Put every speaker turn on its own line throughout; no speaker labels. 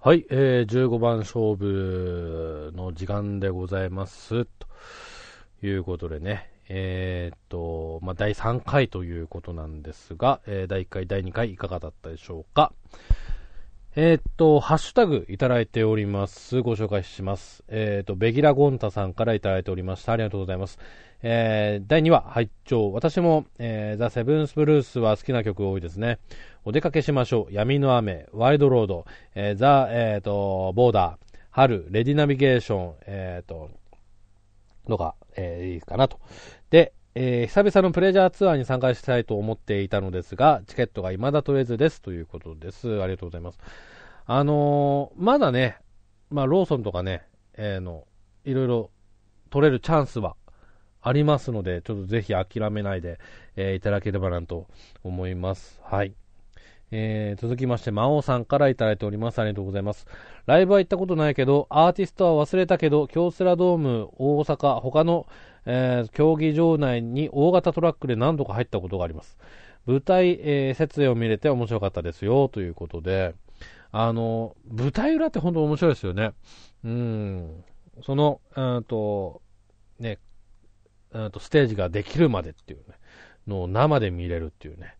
はい、えー、15番勝負の時間でございます。ということでね、えーっと、まあ、第3回ということなんですが、えー第1回、第2回いかがだったでしょうか。えーっと、ハッシュタグいただいております。ご紹介します。えーっと、ベギラゴンタさんからいただいておりました。ありがとうございます。えー第2話、拝聴。私も、えーザ・セブンス・ブルースは好きな曲多いですね。お出かけしましょう。闇の雨、ワイドロード、えーザ、えーと、ボーダー、春、レディナビゲーション、えーと、のが、えーいいかなと。で、えー久々のプレジャーツアーに参加したいと思っていたのですが、チケットが未だ取れずですということです。ありがとうございます。あのーまだね、まあ、ローソンとかね、えーの、いろいろ取れるチャンスはありますので、ちょっとぜひ諦めないで、えーいただければなと思います。はい。えー続きまして、魔王さんからいただいております。ありがとうございます。ライブは行ったことないけど、アーティストは忘れたけど、京セラドーム、大阪、他の、えー競技場内に大型トラックで何度か入ったことがあります。舞台、えー設営を見れて面白かったですよ、ということで、あの、舞台裏って本当面白いですよね。うん。その、うんと、ね、うんと、ステージができるまでっていうね、のを生で見れるっていうね。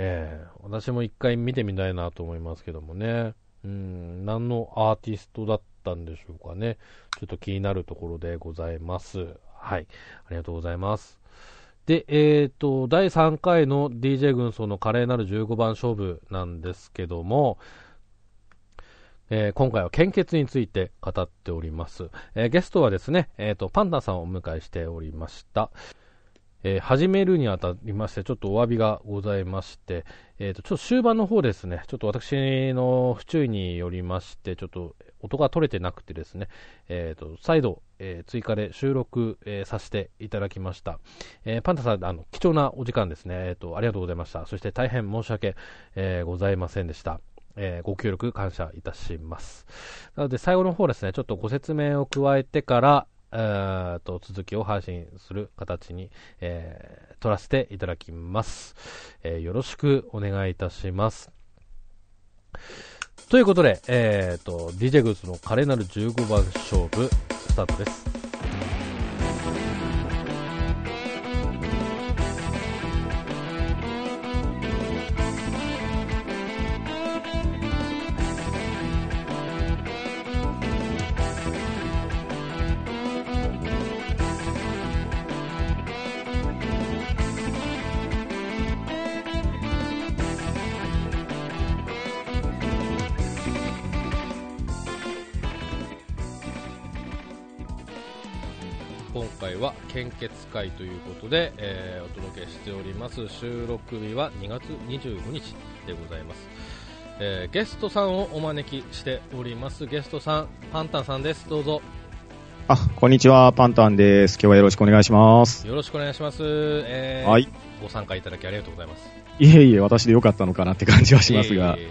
ええ私も一回見てみたいなと思いますけどもね。うん、何のアーティストだったんでしょうかね。ちょっと気になるところでございます。はい。ありがとうございます。で、えっ、と、第3回の DJ 軍曹の華麗なる15番勝負なんですけども、えー今回は献血について語っております。えーゲストはですね、えっ、と、パンダさんをお迎えしておりました。えー始めるにあたりまして、ちょっとお詫びがございまして、えっ、と、ちょっと終盤の方ですね、ちょっと私の不注意によりまして、ちょっと音が取れてなくてですね、えっ、と、再度、えー追加で収録、えーさせていただきました。えーパンタさん、あの、貴重なお時間ですね、えっ、と、ありがとうございました。そして大変申し訳、えーございませんでした。えーご協力感謝いたします。なので、最後の方ですね、ちょっとご説明を加えてから、えーと続きを配信する形に、えー取らせていただきます、えーよろしくお願いいたします。ということで、えー、と DJ グッズの華麗なる15番勝負、スタートです。今回は献血会ということで、えーお届けしております収録日は2月25日でございます、えーゲストさんをお招きしておりますゲストさんパンタンさんですどうぞ
あ、こんにちは、パンタンです。今日はよろしくお願いします。
よろしくお願いします、えー
はい。
ご参加いただきありがとうございます
いえいえ、私でよかったのかなって感じはしますが
え。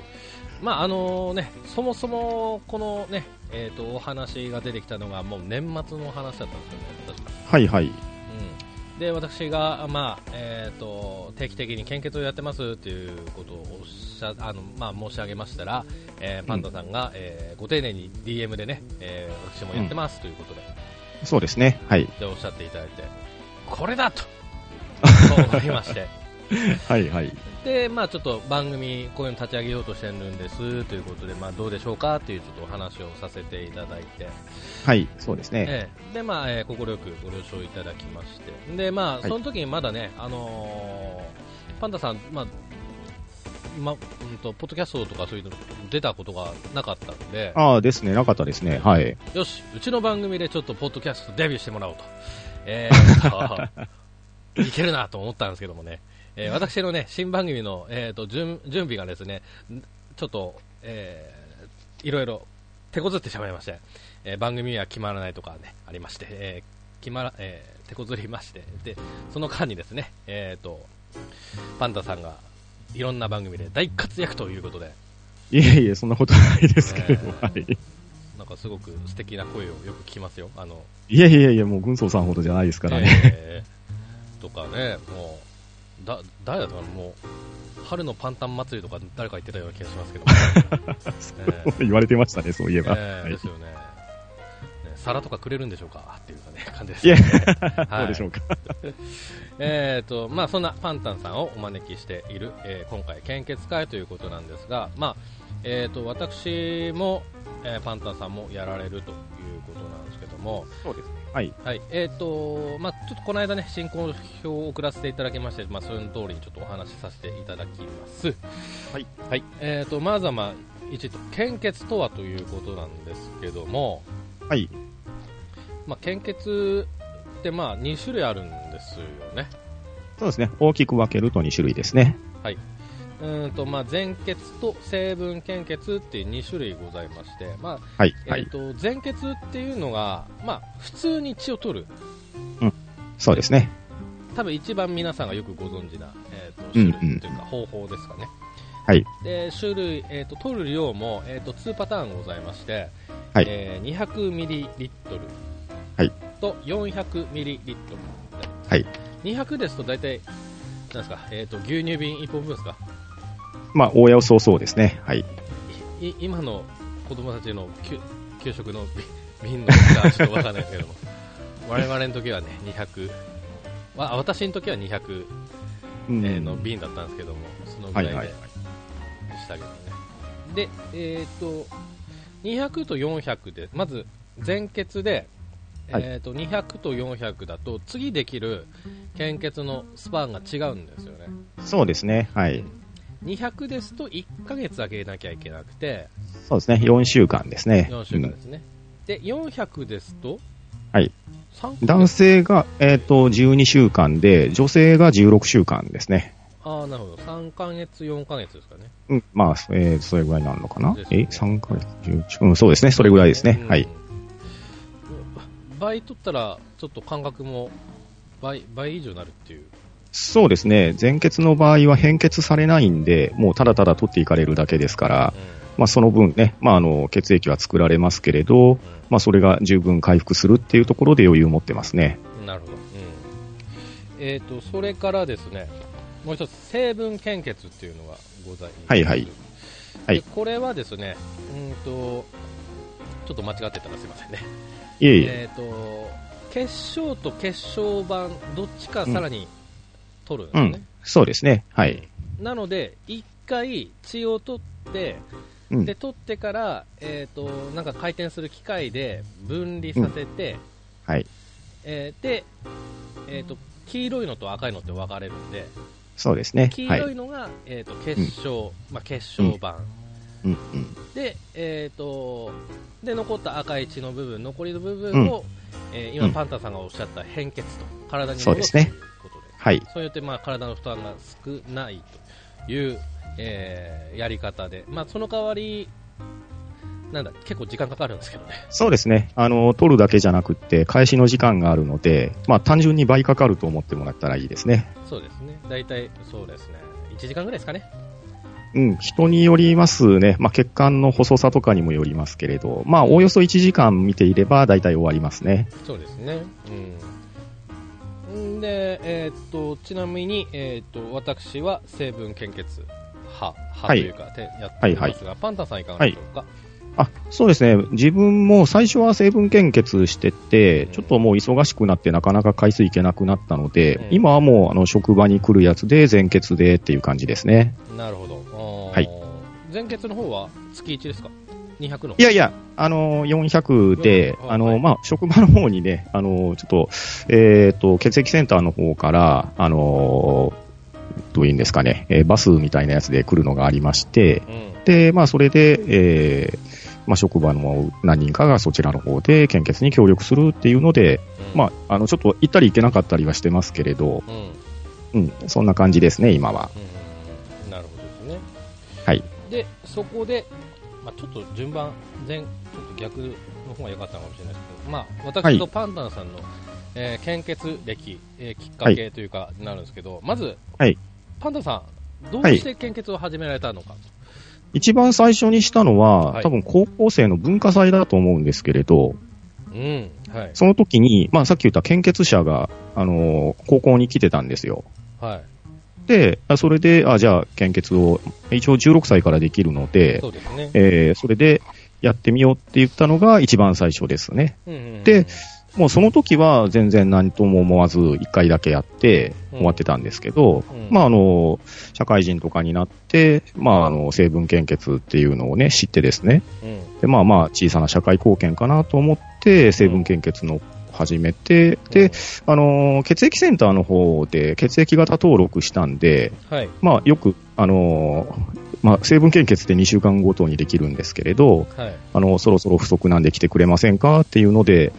ーまああのね、そもそもこのね、えー、とお話が出てきたのがもう年末のお話だったんですよね確か
はいはい。
うん、で私が、まあえー、と定期的に献血をやってますっていうことをおっしゃあの、まあ、申し上げましたら、えーパンダさんが、えーご丁寧に DM でね、えー私もやってますということで,、
そうですね。はい。
でおっしゃっていただいてこれ だとそう思いまして
はいはい。
で、まあ、ちょっと番組こういうの立ち上げようとしてるんですということで、まあ、どうでしょうかというちょっとお話をさせていただいて。
はい、そうですね。
ええでまあ、えー心よくご了承いただきましてでまあ
い
その時にまだね、あのーパンダさんまあまうんとポッドキャストとかそういうの出たことがなかったんで
ああ、ですね。なかったですね。はい。
よしうちの番組でちょっとポッドキャストデビューしてもらおうとえーっといけるなと思ったんですけどもね、えー私のね新番組のえーっと準準備がですねちょっと、えーいろいろ手こずってしまいまして、えー番組は決まらないとかね、ありまして、えー決まら、えー手こずりまして、で、その間にですね、えーと、パンダさんがいろんな番組で大活躍ということで、
いえいえ、そんなことないですけれど。
え
はい。
なんかすごく素敵な声をよく聞きますよ。あの、
いえいえいえ、もう軍曹さんほどじゃないですからね。
えーとかね、もう、だ、誰だったかな、もう、春のパンタン祭りとか誰か言ってたような気がしますけど、 え
言われてましたね、そういえば。
え
は
え
い
ですよねね皿とかくれるんでしょうかっていうかね感じです
いや
ね、
どうでしょうか。
えーとまあ、そんなパンタンさんをお招きしている、えー今回、献血会ということなんですが、まあえー、と私も、えーパンタンさんもやられるということなんですけども、
そうですね。はい。
はいえーとまあ、ちょっとこの間ね、進行表を送らせていただきまして、まあ、その通りにちょっとお話しさせていただきます。
はい、
はいえー、とまずは、まあ、一と献血とはということなんですけども、
はい。
まあ、献血ってまあ2種類あるんですよね。
そうですね。大きく分けると2種類ですね。
うーんとまあ、前血と成分献血っていう2種類ございまして、まあ
はい。
え
は
ー、
い。
と前血っていうのが、まあ、普通に血を取る、
そうですね。
多分一番皆さんがよくご存知な、えー、と
うん
種
うん
類というか方法ですかね、
はい
で種類、えー、と取る量も、えー、と2パターンございまして、
はい
えー、200ミリリットル
はい
と400ミリリットル、
はい
200ですと大体なんですか、えー、と牛乳瓶1本分ですか。
まあ、おやおそうそうですね。はい。
い今の子供たちの給給食のび瓶の大きさはちょっとわかんないですけ ども我々の時はね200わ私の時は200、
うん
えーの瓶だったんですけどもそのぐらいで
はいはい
したけどね、でえっ、と200と400でまず前血で、
はい
えー、と200と400だと次できる献血のスパンが違うんですよね
そうですね。はい。
200ですと1ヶ月あげなきゃいけなくて、
そうですね。4週間ですね。
4週間
うん
ですね、で400ですと、
はい
3ヶ月
男性が、えっ、と、12週間で、女性が16週間ですね。
あーなるほど3ヶ月、4ヶ月ですかね、
うん。まあ、えーそれぐらいになるのかな。
ですね
え、3ヶ月、11うん、そうですね。それぐらいですね。
うん
はい。
倍取ったら、ちょっと感覚も倍倍以上になるっていう、
そうですね。前血の場合は変血されないんで、もうただただ取っていかれるだけですから、まあ、その分ね、まあ、あの、血液は作られますけれど、
うん
まあ、それが十分回復するっていうところで余裕を持ってますね。
うんなるほど、うんえー、とそれからですねもう一つ、成分献血っていうのがございます。
はいはいはい
でこれはですね、うんと、ちょっと間違ってたらすいませんね。
いえい
え
え。
ー、と決勝と決勝版どっちかさらに取るんで
う
す
ん
ね、。
そうですね。はい。
なので1回血を取って
うん
で。取ってから、えー、となんか回転する機械で分離させて、
はい。
えーで、えー、と黄色いのと赤いのって分かれるんで
そうですね。
黄
はい。
色いのが、えー、と決勝、まあ、決勝版、
うんうん。
で,、えー、とで残った赤い血の部分残りの部分を、えー今、
うん
パンタさんがおっしゃった変血と体に
そう
戻
ですす
という
ね
ことで
はい。
そうやってまあ体の負担が少ないという、えーやり方で、まあ、その代わりなんだ結構時間かかるんですけどね、
そうですね。あの、取るだけじゃなくって、開始の時間があるので、まあ、単純に倍かかると思ってもらったらいいですね。
そうですね大体そうですね1時間ぐらいですかね、
うん、人によりますね。まあ、血管の細さとかにもよりますけれど、まあ、おおよそ1時間見ていれば、大体終わりますね。
そうですね、うん、んで、えーっとちなみに、えーっと私は成分献血派派と
い
いうか、てやっておりますが、パンタさんいかがでしょうか、
あ、そうですね。自分も最初は成分献血してて、ちょっともう忙しくなってなかなか回数いけなくなったので、
うん
今はもうあの職場に来るやつで全血でっていう感じですね。
なるほど、
はい
前血の方は月1ですか200の
いやいや、あの400で、
400
あの
はい
まあ、職場の方にね、あのちょっと、えっ、と、血液センターの方から、あのどういうんですかね、えーバスみたいなやつで来るのがありまして、
うん
で、まあ、それで、えーまあ、職場の何人かがそちらの方で献血に協力するっていうので、
うん
まあ、あの、ちょっと行ったり行けなかったりはしてますけれど、
うんうん
うん、そんな感じですね、今は。
うんなるほどですね
はい。
でそこで、まあ、ちょっと順番前ちょっと逆の方が良かったのかもしれないですけど、まあ、私とパンダンさんの、えー献血歴、えーきっかけというかになるんですけど、まず、
はい
パンダさんどうして献血を始められたのか、
一番最初にしたのは、
はい
多分高校生の文化祭だと思うんですけれど、
うんはい
その時に、まあ、さっき言った献血者が、あのー高校に来てたんですよ。
はい
で、あそれで、あ、じゃあ、献血を、一応16歳からできるので、
そうですね。
えーそれでやってみようって言ったのが一番最初ですね。
うんうんうん
で、もうその時は全然何とも思わず一回だけやって
うん
終わってたんですけど、
うん
まああの、社会人とかになって、まああの、成分献血っていうのをね、知ってですね、
うん
でまあまあ小さな社会貢献かなと思って、成分献血の始めて、で、、あの、血液センターの方で血液型登録したんで、
うんはい、
まあ、よく、あのーまあ、成分献血って2週間ごとにできるんですけれど、
はい。
あのそろそろ不足なんで来てくれませんかっていうので、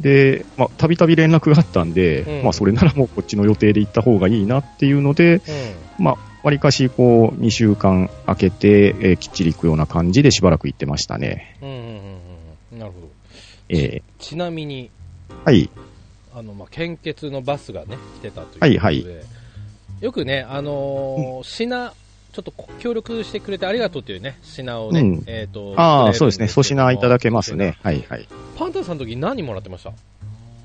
でまあたびたび連絡があったんで、
うん
まあ、それならもうこっちの予定で行った方がいいなっていうので、
うん。うん
まあ、わりかしこう2週間空けて、えーきっちり行くような感じでしばらく行ってましたね。
うんうんうんうん。なるほど。
えー
ちなみに、
はい、
あの、まあ、献血のバスがね、来てたということで、
はいはい
よくね、あのー品、ちょっとこ協力してくれてありがとうっていうね、品をね、
うん
えっ、と、く
ああ、
れるん
そうですね、粗
けども
品いただけますね。。はいはい。
パンタンさんの時何もらってました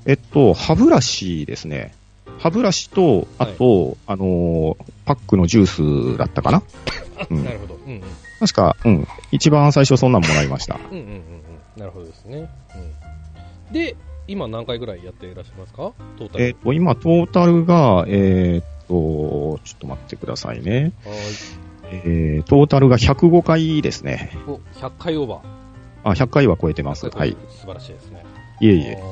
えっと、歯ブラシですね。歯ブラシと、あと、あのーパックのジュースだったかなうん
なるほど。うんうん。
確か、うん。一番最初そんなんもらいました。
うんうんうんうん。なるほどですね。うん。で、今何回ぐらいやっていらっしゃいますかトータル。
えっと、今、トータルが、えーっと、ちょっと待ってくださいね。
はーい
えー、トータルが105回ですね。
お、100回オーバー。
あ、100回は超えてます。
100
は
回
い
超。えて素晴らしいですね。
いえい
あ
え。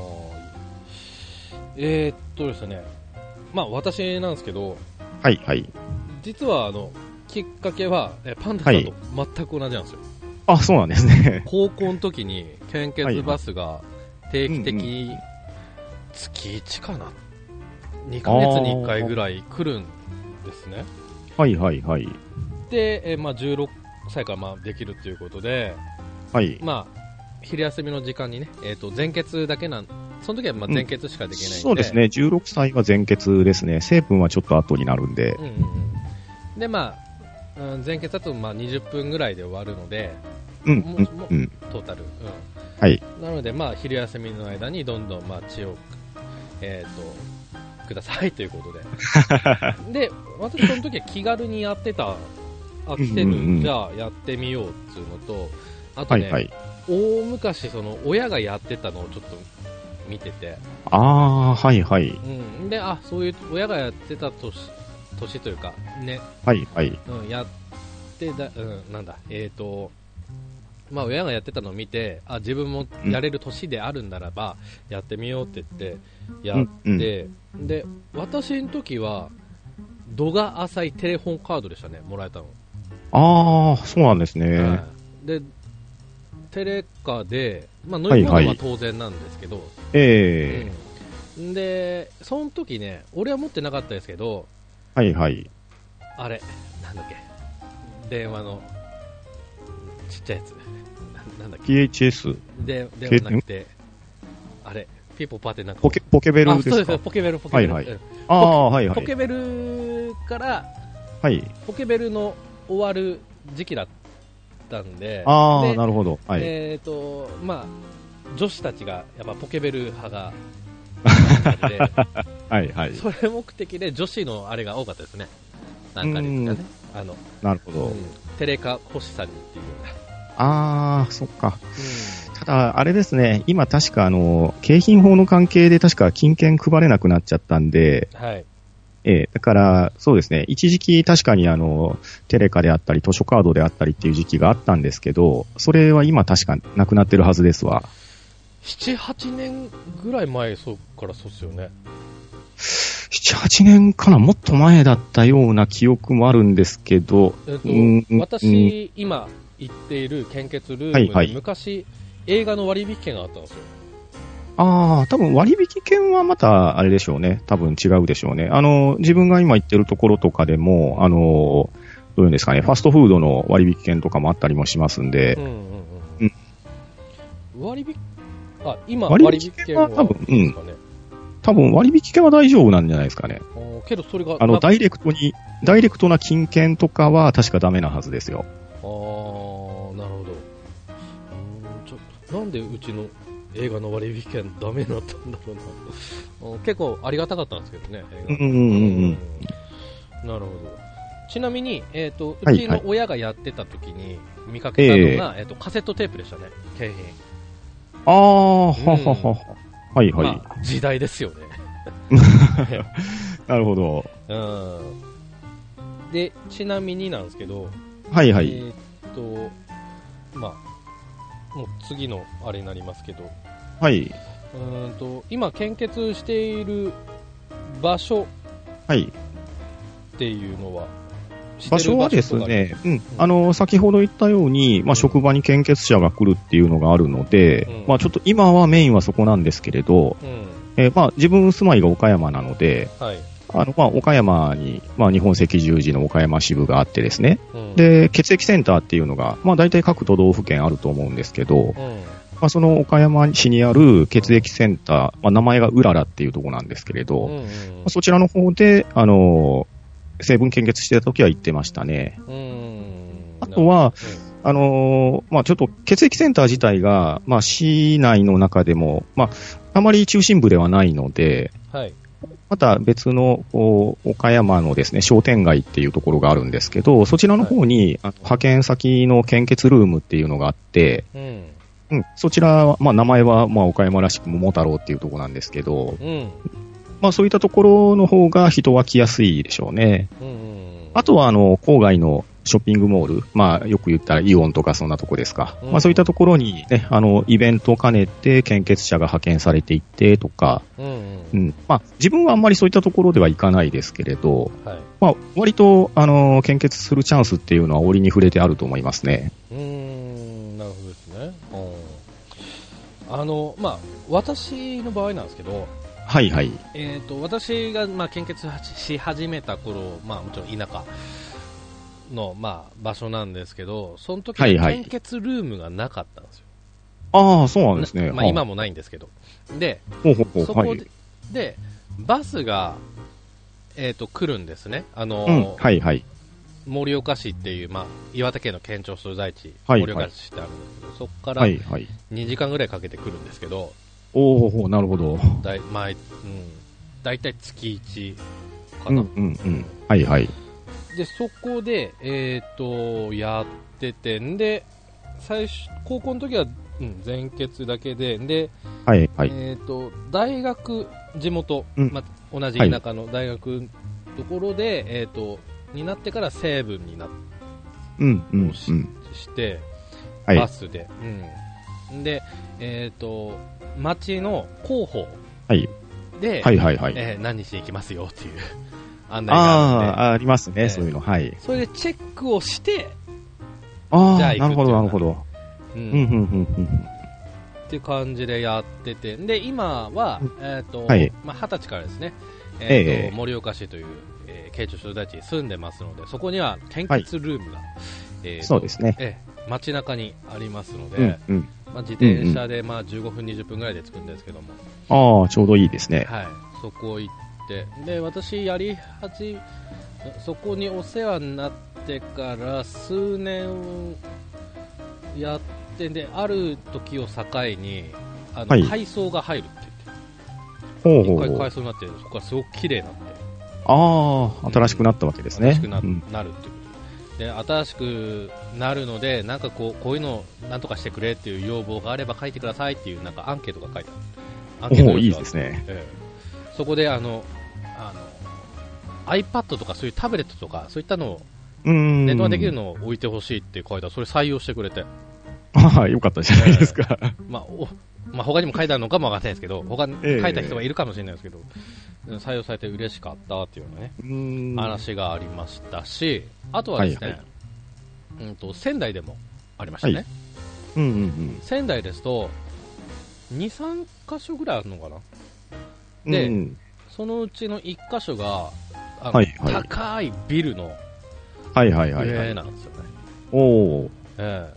ーえーっとですね、まあ私なんですけど、
はい、はい。
実はあの、きっかけは、えパンダさんと全く同じなんですよ。
あ、そうなんですね。
高校の時に献血バスが定期的に月1かな、2ヶ月に1回ぐらい来るんですね。
はい、はい、はい。
で、えーまあ16歳からまあできるということで、
はい。
まあ、昼休みの時間にね、えー、と全血だけなん、その時はまあ
うん
全血しかできないんで、
そうですね。16歳は全血ですね。成分はちょっと後になるんで
う。んうんうんでまあ、うん、前血だとまあ20分ぐらいで終わるので
うん、
も
うん、
も
うん。
トータル、
はい。
うん、なのでまあ昼休みの間にどんどんまあ血を、えー、とくださいということで で私その時は気軽にやってたあ来てる、
うんうんうん
じゃあやってみようっていうのとあと
は
ね、
い、はい。
大昔その親がやってたのをちょっと見てて、
ああ、はいはい。
うん、であそういう親がやってた年年というか、ね
はいはい。
うん、やってだ、うん、なんだ、えっ、と、まあ、親がやってたのを見て、あ、自分もやれる年であるんならば、やってみようって言って、や
うんうん
って、で、私の時は、度が浅いテレホンカードでしたね、もらえたの。
ああ、そうなんですね。
はいで、テレカで、まあ、乗り込む
はい
のは
は
い当然なんですけど、
え
う
え
ん、で、その時ね、俺は持ってなかったですけど、
はいはい。
あれ、なんだっけ、電話のちっちゃいやつ、ななんだっけ、
PHS、
で電話じゃなくて、あれ、ピーポーパーってなんか、
ポケ、ポケベ
あ
ルで
そうですす
か
ポケベル、ポケベル、
はいは
う
い
ん
ああ、はいは
ポケ
い。
ベルから、
はい。
ポケベルの終わる時期だったんで、
ああ、
で
なるほど。はい。
えっ、と、まあ、女子たちがやっぱポケベル派 が、で
はいはい。
それ目的で女子のあれが多かったですね、なんかですかね、あの
なるほど。
うんテレカ欲しさにっていうような。
ああ、そっか。ただ、あれですね、今確かあの、景品法の関係で確か金券配れなくなっちゃったんで、
はい。
ええだから、そうですね、一時期確かにあの、テレカであったり、図書カードであったりっていう時期があったんですけど、それは今確かなくなってるはずですわ。
7、8年ぐらい前そうからそうっすよね。
7、8年かな、もっと前だったような記憶もあるんですけど、
えっと、
うん
私、今行っている献血ルームに、
はいはい
昔、映画の割引券があったんですよ。
ああ、多分割引券はまたあれでしょうね、多分違うでしょうね。あの、自分が今行ってるところとかでも、あの、どういうんですかね、ファストフードの割引券とかもあったりもしますん
う
で
ん、うんうん。割引、あ、今割
割
引
引
券
券
は
は
多
多
分
分、
ですかね。
多分割引券は大丈夫なんじゃないですかね。
あーけどそれが、
あの、
な
ダイレクトに、ダイレクトな金券とかは確かダメなはずですよ。
あーなるほど。うんちょっとなんでうちの映画の割引券ダメになったんだろうな。うん結構ありがたかったんですけどね、映画
うんうんうんうん
なるほど。ちなみに、えっ、と、
は
う
い
ちの親がやってた時に見かけたのが、えっ、と、カセットテープでしたね、景品。
ああ、はははは。はいはい、
まあ、時代ですよね。
なるほど。
うん。で、ちなみになんですけど、
はいはい。
えーっと、まあ、もう次のあれになりますけど、
はい。
うーんと、今献血している場所
はい。
っていうのは、知ってる
場所はです
場所とかあり
ね、うん、あの、先ほど言ったように、まあ、職場に献血者が来るっていうのがあるので、
うん
まあ、ちょっと今はメインはそこなんですけれど、えーまあ、自分住まいが岡山なので、
うん。はい。
あの、まあ、岡山に、まあ、日本赤十字の岡山支部があってですね、
うん、
で、血液センターっていうのが、まあ、大体各都道府県あると思うんですけど、
うん。
まあ、その岡山市にある血液センター、まあ、名前がうららっていうところなんですけれ
う
ど、
ん
ま
うん
あそちらの方で、あの、成分献血してた時は行ってましたね。
うん。
あとは、
うん、
あのーまあ、ちょっと血液センター自体が、まあ、市内の中でも、まあ、あまり中心部ではないので、
はい。
また別のこう岡山のですね商店街っていうところがあるんですけど、そちらの方に、あの派遣先の献血ルームっていうのがあって、
うん。
うん、そちらは、まあ、名前は、まあ、岡山らしく桃太郎っていうところなんですけど、
うん。
まあ、そういったところの方が人は来やすいでしょうね。
うんうん。
あとは、あの、郊外のショッピングモール、まあ、よく言ったらイオンとかそんなとこですか。
うん
まあ、そういったところにね、あの、イベントを兼ねて献血者が派遣されていってとか、
うん
う、
うん
まあ、自分はあんまりそういったところでは行かないですけれど、
ん。はい。
まあ、割と、あの、献血するチャンスっていうのは折に触れてあると思いますね。
うーんなるほどですね。うん、あの、まあ、私の場合なんですけど、
はいはい。
えー、と私が、まあ、献血し始めた頃、まあ、もちろん田舎の、まあ、場所なんですけど、その時
はいはい
献血ルームがなかったんですよ。
ああ、そうなんですね。
なまあ、
あ
今もないんですけど。で、
ほうほうほう
そこで,、
はい。
でバスが、えー、と来るんですね。あの
うん、はいはい。
盛岡市っていう、まあ、岩手県の県庁所在地、
はい
盛岡市ってあるんですけど、そこから、
はいはい。
2時間ぐらいかけてくるんですけど、
おおほうなるほど。
だい,、まあうん、だいたい月1か
うん
な、
うんうん。はいはい。
でそこで、えー、とやっててんで最初高校の時は、うん、全血だけでで、
はいはい。
えー、と大学地元、
うん
まあ、同じ田舎の大学のところで、えー、とになってから成分になっ
うんうん
し
うん。
して、
はい
バスで、うん、で、えー、と町の広報
はい
で、
はいはいはい。
えー何しに行きますよっていう案内があって、
ああー、あります
ええ
ね、そういうの。はい。
それでチェックをして、
あ
じゃあ
あ、なるほどなる
行くってい
ほ
う
ど。
うん
うんうんうん
っていう感じでやってて、で今は
うん、
えーと
はい
まあ、20歳からですね、えーと
ええ
盛岡市という、えー、慶長所在地に住んでますので、そこには献血ルームが、えー
うん。
と
そうですね。
ええ街中にありますので、
うんうん。
まあ、自転車でまあ15分、20分ぐらいで着くんですけども、
ああ、ちょうどいいですね。
はい、そこ行って、で私、やり始めそこにお世話になってから数年やって、である時を境に、あの
はい
改装が入るって
ほう
言
ほ
って、
う
一回
ほう
改。装になって、そこがすごく綺麗になって、
ああ、新しくなったわけです
新
ね。
しくな,、
うん
なるっていうことで、新しくなるので、なんかこうこういうのをなんとかしてくれっていう要望があれば書いてくださいっていうなんかアンケートが書いてある。アンケート
おお、いい
用紙があっ
で
て
すね。
ええそこであのあの iPad とかそういうタブレットとかそういったのを
うーん。
ネットができるのを置いてほしいって書いたらそれ採用してくれて、
ああ、よかったじゃないですか。
まあおまあ、他にも書いてあるのかもわかんないですけど他に
ええ
書いた人がいるかもしれないですけど、うん採用されて嬉しかったっていうようなね、
うーん
話がありましたしあとはですね、
はいは
うん、と仙台でもありましたね、
はいうんうんうん。
仙台ですと23箇所ぐらいあるのかなで
で、うん
そのうちの1箇所があの、
はいはい
高いビルの
はいはいはいは
上
い。
なんですよね、
おお。
え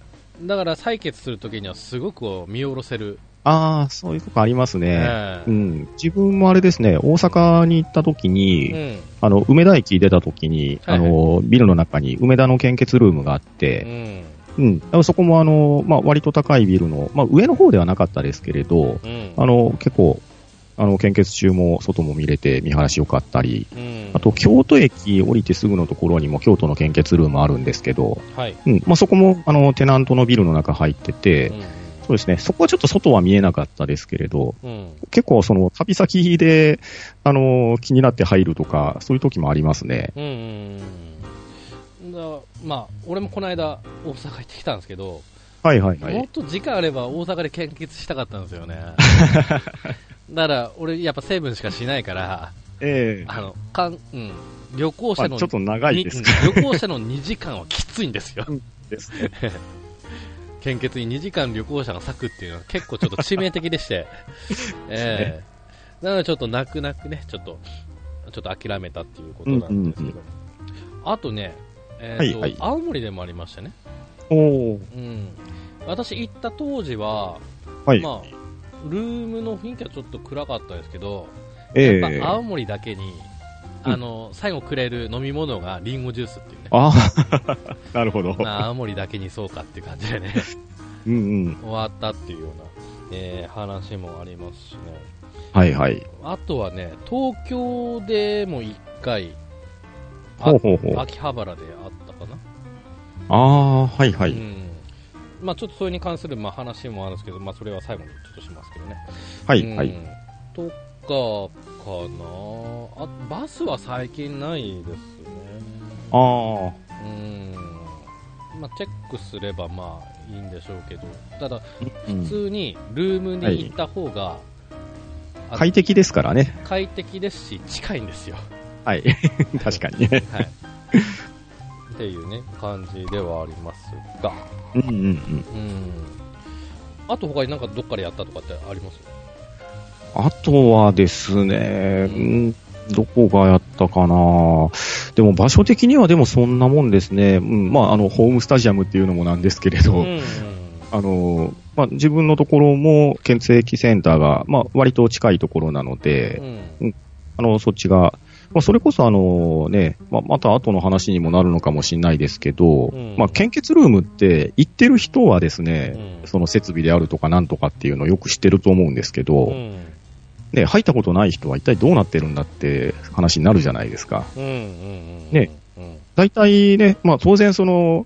えだから採血するときにはすごくこう見下ろせる、
ああ、そういうとこありますね。
ええ
うん、自分もあれですね、大阪に行った時に、
うん
あの、梅田駅出た時に、
はいはい
あの、ビルの中に梅田の献血ルームがあっ
う
て、
ん
うん、そこもあの、まあ、割と高いビルの、まあ、上の方ではなかったですけれど、
うん
あの、結構、あの、献血中も外も見れて見晴らしよかったり、
うん
あと、京都駅降りてすぐのところにも京都の献血ルームあるんですけど、
はい。
うん、まあ、そこも、あの、テナントのビルの中入ってて、そうですね、そこはちょっと外は見えなかったですけれど、
うんうん。
結構その旅先で、あの、気になって入るとか、そういう時もありますね。
うんうんうん。だまあ、俺もこの間、大阪行ってきたんですけど、
はいはいは
もっ
い。
と時間あれば大阪で献血したかったんですよ ね。だから、俺、やっぱ成分しかしないから、
ええ
あの、かん、うん、旅行者
まあ
の、
ちょっと長い
に
です
うん旅行者の2時間はきついんですよ。
ですね。
献血に2時間旅行者が割くっていうのは結構ちょっと致命的で して、ええなのでちょっと泣く泣くね、ちょっと、ちょっと諦めたっていうことなんですけど、
う
あとね、えーと
はいはい
青森でもありましたね、
おー
うん、私行った当時は、
はい。
まあ、ルームの雰囲気はちょっと暗かったですけど、
ええ
やっぱ青森だけに、
うん
あの最後くれる飲み物がリンゴジュースっていうね。
ああ、 なるほど。
まあ、青森だけにそうかっていう感じでね、
うんうん。
終わったっていうような、えー話もありますしね。
はいはい。
あとはね、東京でも一回、あ
ほうほうほう。あ
秋葉原であったかな。
あー、はいは
う
い。
ん。まあちょっとそれに関するまあ話もあるんですけど、まあそれは最後にちょっとしますけどね。
はいは
う
い。
んとかかなあ、バスは最近ないですね。
ああ、
うん。まあチェックすればまあいいんでしょうけど、ただ
う
普
ん、
通にルームに行った方が、あの
快適ですからね。
快適ですし近いんですよ、
はい。 確かにね。
はい、 っていうね感じではありますが
うんうんうん。
うんあと他になんかどっかでやったとかってあります
あとはですね、うんどこがやったかなでも場所的にはでもそんなもんですね。うん、まあ、あの、ホームスタジアムっていうのもなんですけれど、
ん
あの、まあ、自分のところも、検疫センターが、まあ、割と近いところなので、
うん
あの、そっちが、まあ、それこそあのね、まあ、また後の話にもなるのかもしれないですけど、
うん
まあ、献血ルームって行ってる人はですね、
うん
その設備であるとかなんとかっていうのをよく知ってると思うんですけど、
うん
ね、入ったことない人は一体どうなってるんだって話になるじゃないですか。
うんうん
ね
うん
大体ね、まあ、当然その、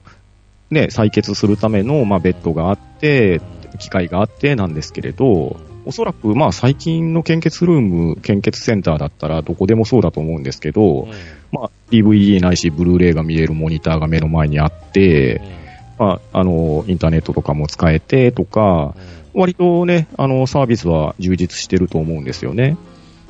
ね、採血するための、まあ、ベッドがあって、機械があってなんですけれど、おそらく、まあ、最近の献血ルーム、献血センターだったらどこでもそうだと思うんですけど、
うん
まあ、DVD ないし、ブルーレイが見れるモニターが目の前にあって、まあ、あの、インターネットとかも使えてとか、割とね、あの、サービスは充実してると思うんですよね。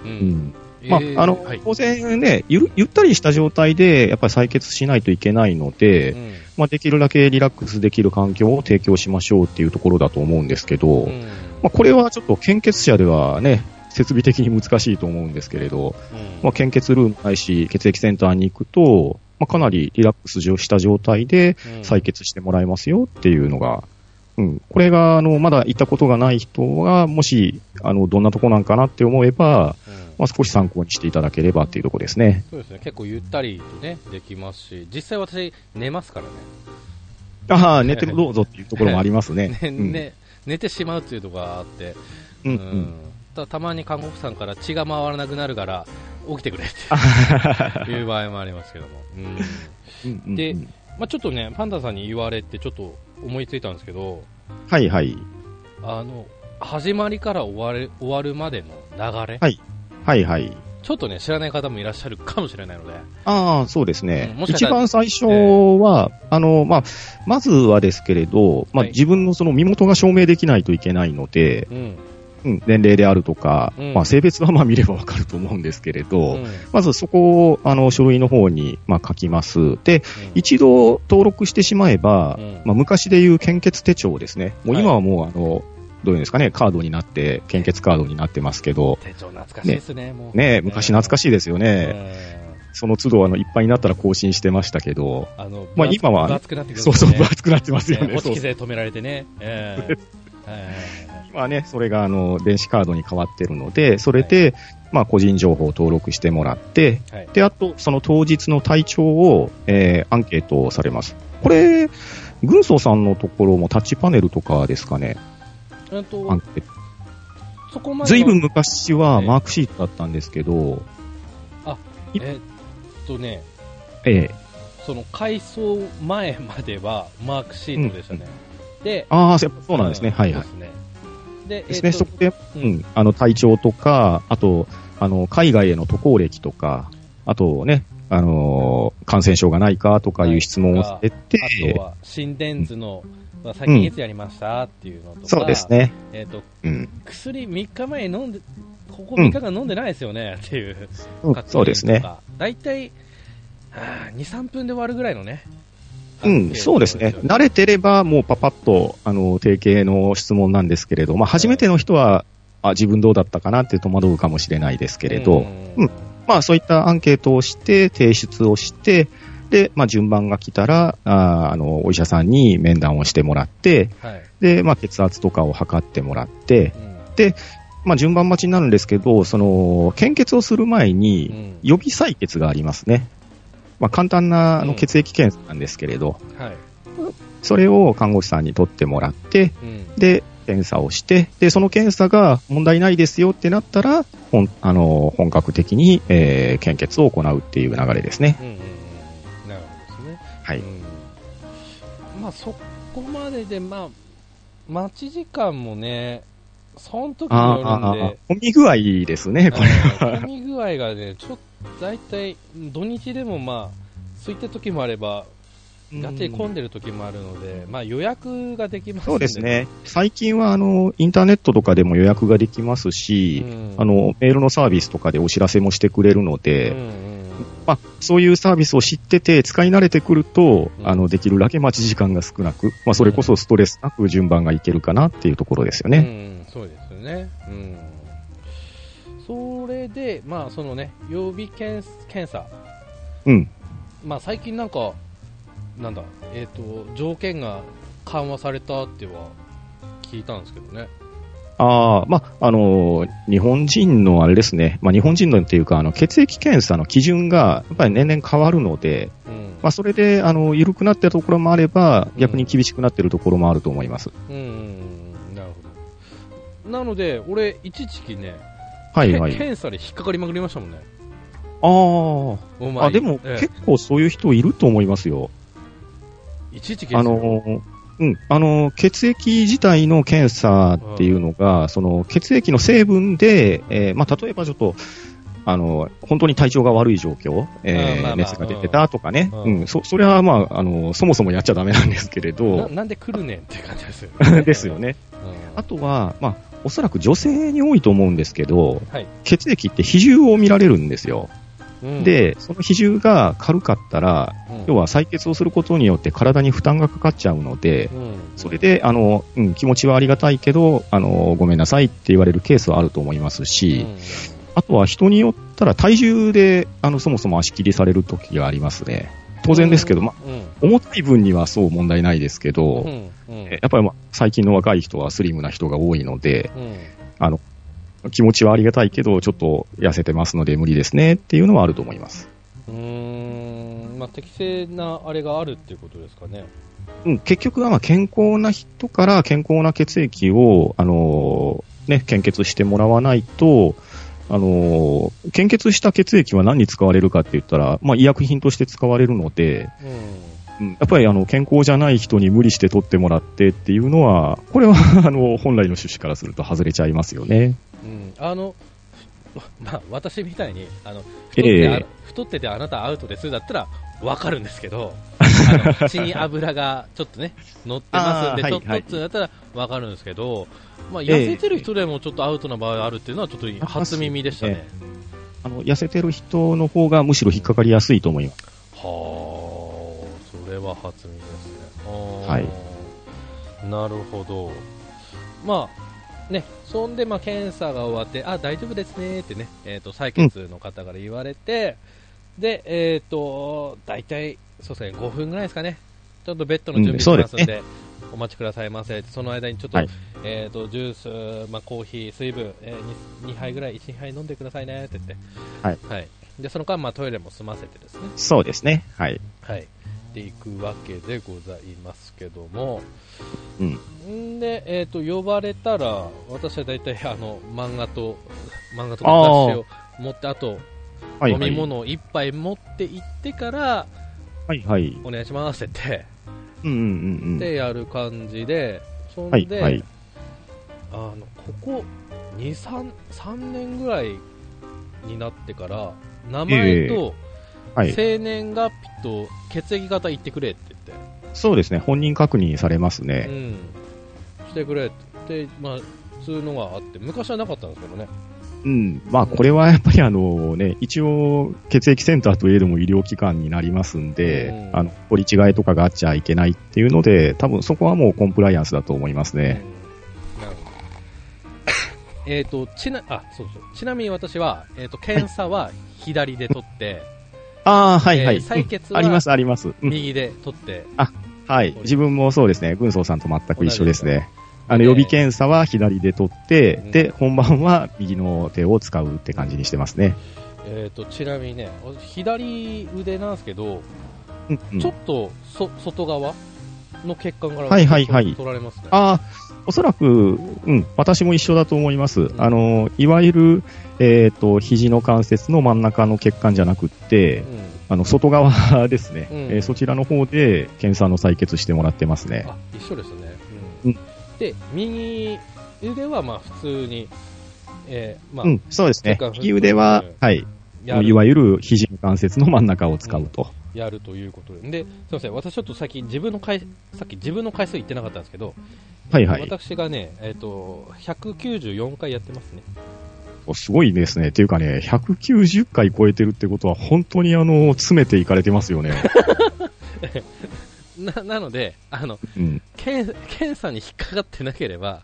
うんう
うんん。まあ、
えー
あの、
はい
当然ねゆる、ゆったりした状態で、やっぱり採血しないといけないので、
うん
まあ、できるだけリラックスできる環境を提供しましょうっていうところだと思うんですけど、
うん
まあ、これはちょっと献血者ではね、設備的に難しいと思うんですけれど、
うん
まあ、献血ルームないし、血液センターに行くと、まあ、かなりリラックスした状態で
うん
採血してもらえますよっていうのが、うん、これが、あの、まだ行ったことがない人が、もし、あの、どんなとこなんかなって思えば、
うん
まあ、少し参考にしていただければっていうとこですね。
そうですね結構ゆったりとねできますし実際私寝ますからね
ああ、寝てもどうぞっていうところもありますね。
ねね寝てしまうっていうところがあって、
うん、う、
うん
うん。
たたまに韓国さんから血が回らなくなるから起きてくれって いう場合もありますけども、うん
うんうん
でまあ、ちょっとねパンダさんに言われてちょっと思いついたんですけど
はいはい。
あの始まりから終わる終わるまでの流れ、
はいはいはい。
ちょっとね知らない方もいらっしゃるかもしれないので、
ああ、そうですね
うん。もしかし
一
たら
番最初は、あの、まあ、まずはですけれど、まあ、
はい
自分のその身元が証明できないといけないので、
うん
うん、年齢であるとか、
うん
まあ、性別はまあ見ればわかると思うんですけれど、
うん
まずそこを、あの、書類の方に、まあ、書きます。で、一度登録してしまえば、
うん
まあ、昔でいう献血手帳ですね。もう
はい
今はもう、あの、どういうんですかね、カードになって、献血カードになってますけど、
手帳懐かしいですねもう
ね、昔懐かしいですよね。
うん
その都度あのいっぱいになったら更新してましたけど、
あの、
まあ
分厚
今は
分厚くなってくるん
そ
です
うそ
よ
う、
ね
分厚くなってますよ
えー
ね。
落
そ
ち
う
着きで止められてね。え ーはいはい
まあね、それがあの電子カードに変わってるので、それで、まあ個人情報を登録してもらって、
はい
で、あと、その当日の体調を、えーアンケートをされます。これ、軍曹さんのところもタッチパネルとかですかね、
えっ
アン
と、
ケート。
そこまでは。
ずいぶん昔は
ええ
マークシートだったんですけど、
えっとね、
ええ。
その改装前まではマークシートでしたね。で、
ああ、やっぱそうなんですね。はいはい
で。すね。で、
です
え
ね、
っと
そこで、
う
うんん、あの、体調とか、あと、あの、海外への渡航歴とか、あとね、あのー感染症がないかとかいう質問をされ
あと
て、
は、心電図の、最近いつやりましたっていうのとか、
そうですね。
えっと、
うん。
薬3日前に飲んで、ここ3日間飲んでないですよねっていう、
うんそうですね。。
大体、あー2、3分で終わるぐらいのね。
うん、そうですね。慣れてれば、もうパパッと、あの、定型の質問なんですけれど、まあ、初めての人は、あ、自分どうだったかなって戸惑うかもしれないですけれど、うんまあ、そういったアンケートをして、提出をして、で、まあ、順番が来たら、あーあの、お医者さんに面談をしてもらって、
はい。
で、まあ、血圧とかを測ってもらって
う、ん
まあ、順番待ちになるんですけど、その、献血をする前
う
に、
ん
予備採血がありますね。まあ、簡単なあ
う
の
ん
血液検査なんですけれど、
はい。
それを看護師さんに取ってもらって、
うん
で、検査をして、で、その検査が問題ないですよってなったら、本あの本格的に、えー献血を行うっていう流れですね。
うんうんうんなるほどですね。
はい
うんまあそこまでで、まあ、待ち時間もね、その時に
あ
よ
ーあー、
る
あ
ん
ー
で、
混み具合ですね、これ。
あの混み具合がね、ちょっと大体、土日でもまあ、空いてる時もあれば、がっちり混んでる時もあるので、まあ予約ができます
そうです。ね。最近は、あの、インターネットとかでも予約ができますし、あ
の、
の、メールのサービスとかでお知らせもしてくれるの
うん
で、
うんうん
まあ、そういうサービスを知ってて、使い慣れてくると、
うん
あの、できるだけ待ち時間が少なく、まあ、それこそストレスなく順番がいけるかなっていうところです
う
よ
ん
ね。
うん、そうですよね。うん。それで、まあそのね、予備検検査、
うん。
まあ最近なんか、なんだ、えっ、と、条件が緩和されたっては聞いたんですけどね。
ああ、まあ、あのー日本人のあれですね、まあ、日本人のっていうか、あの、血液検査の基準が、やっぱり年々変わるので、
うん。
まあ、それで、あの、緩くなってるところもあれば、逆に厳しくなってるところもあると思います。
うんうんうん、なるほど。なので、俺、一時期ね、
はいはい
け。検査で引っかかりまくりましたもんね。
あ
お
あ、
前
あ、でも、
ええ
結構そういう人いると思いますよ。
一時期ですよ
あのー、うん、あのー、血液自体の検査っていうのが、その血液の成分で、えーまあ、例えばちょっと、あのー、本当に体調が悪い状況、え
うん
ー
まあまあ
熱が出てたとかね、
うん
うん、そ、それはまあ、あのー、そもそもやっちゃダメなんですけれ
な
ど、
なんで来るねんって感じですよね。
ですよね。
うん。
あとは、まあ、おそらく女性に多いと思うんですけど、
はい。
血液って比重を見られるんですよ。
うん、
で、その比重が軽かったら、
うん、
要は採血をすることによって体に負担がかかっちゃうの
う
で、
ん、
それで、あの、うん、気持ちはありがたいけど、あの、ごめんなさいって言われるケースはあると思います
うん、
し、あとは人によったら体重で、あの、そもそも足切りされる時がありますね。当然ですけど、まあ、
うん、
重たい分にはそう問題ないですけど、
うん、うん、
やっぱり、まあ、最近の若い人はスリムな人が多いので、
うん
気持ちはありがたいけど、ちょっと痩せてますので無理ですねっていうのはあると思います。
うーん、まあ適正なあれがあるっていうことですかね。
うん、結局はまあ健康な人から健康な血液を、あのーね、献血してもらわないと、あのー献血した血液は何に使われるかって言ったら、まあ、医薬品として使われるので、
うん。
うんやっぱりあの健康じゃない人に無理して取ってもらってっていうのは、これは あの本来の趣旨からすると外れちゃいますよね。
うん、あの、ふまあ、私みたいに、あの、太って
ええ
あ太っててあなたアウトですだったら、わかるんですけど、あの血に油がちょっとね、乗ってますんで、
あー
ちょっ
はいは
と
い
ってだったらわかるんですけど、まあ、
え
痩
え
せてる人でもちょっとアウトな場合あるっていうのは、ちょっと初耳でしたね。
あの痩せてる人の方がむしろ引っかかりやすいと思います。
はあ、それは初耳ですね。あー
はい
なるほど。まあ、ね、そんで、まあ、検査が終わって、あ、大丈夫ですねってね、えっ、と、採血の方から言われて、で、えっ、と、大体、そうですね、5分ぐらいですかね。ちょっとベッドの準備し
うん
ます
そ
ん
う
で、
です
お待ちくださいませって。その間にちょっと、
はい
えっ、と、ジュース、まあ、コーヒー、水分、え 2, 杯ぐらい、1、2杯飲んでくださいねって言って。
はい。
はい。で、その間、まあ、トイレも済ませてですね。
そうですね。はい。
はい、っていくわけでございますけども、
うん
んで、えー、と呼ばれたら私は大体あの漫画と漫画と
あ
か
ー
雑誌を持ってあと
はい
飲
はい。
み物を一杯持って行ってから、
はいはい。
お願いしますって言って
うんうんうんうん。
でやる感じでそん
はい
で、
はい
あのここ23年ぐらいになってから名前と
はい。
生年月日と血液型言ってくれって言って、
そうですね。本人確認されますね。
うん、してくれって、まあ、そういうのがあって昔はなかったんですけどね
うん、まあこれはやっぱりあのね、一応血液センターといえども医療機関になりますんで、
うん
あの、取り違いとかがあっちゃいけないっていうので、多分そこはもうコンプライアンスだと思いますね。
うんなるほどえっとちなあそうそうちなみに私は、えー、と検査は左で取って、
ああ、はいはい。
えー採血
うん
は
ありますあります。うん
右で取って、
はい。自分もそうですね、軍曹さんと全く一緒ですね。あの、
えー
予備検査は左で取って、
うん
で、本番は右の手を使うって感じにしてますね。
えー、とちなみにね私左腕なんですけど、
うんうん
ちょっとそ外側の血管から
はいはいはい
取られますね
ああ、おそらく、うん、私も一緒だと思います。
ん
あの、いわゆる、えっ、と、肘の関節の真ん中の血管じゃなくって
う、ん
あの、外側ですね、
うん
えーそちらの方で検査の採血してもらってますね。
あ一緒ですね、
うん
で右腕はまあ普通に、えーまあ
うん、そうですね
血管。
右腕は
うん、
はい、
や
い
る
わゆる肘の関節の真ん中を使うと。
やるということでですみません私ちょっと最近自分の回さっき自分の回数言ってなかったんですけど、
はいはい。
私がね、えー、と194回やってますね
おすごいですね。っていうかね、190回超えてるってことは、本当にあの、詰めていかれてますよね。
ななのであの
うん。
検検査に引っかかってなければ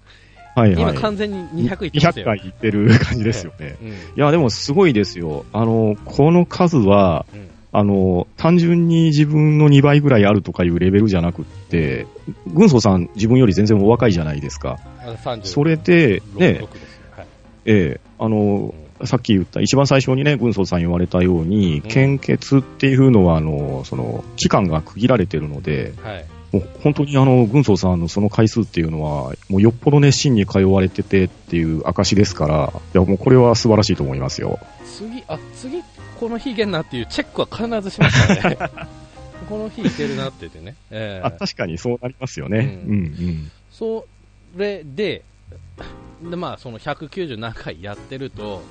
はいは
今
い。
完全に200いってます
200
よ
回いってる感じですよね。
うん
いや、でもすごいですよ。あの、この数は、
うん
あの、単純に自分の2倍ぐらいあるとかいうレベルじゃなくって、軍曹さん自分より全然お若いじゃないですか。
あの36
それで、ね、
ですねはい
ええ、あの、さっき言った、一番最初にね、軍曹さん言われたように、
うん
献血っていうのは、あの、その、期間が区切られてるので、
はい
もう本当にあの、軍曹さんのその回数っていうのは、もうよっぽど熱心に通われててっていう証ですから、いや、もうこれは素晴らしいと思いますよ。
次、あ、次、この日いけんなっていうチェックは必ずします からね。この日いけるなって言ってね。え
あ
ー、
確かにそうなりますよね。
う
うんんうん
それで、でまあ、その190何回やってると、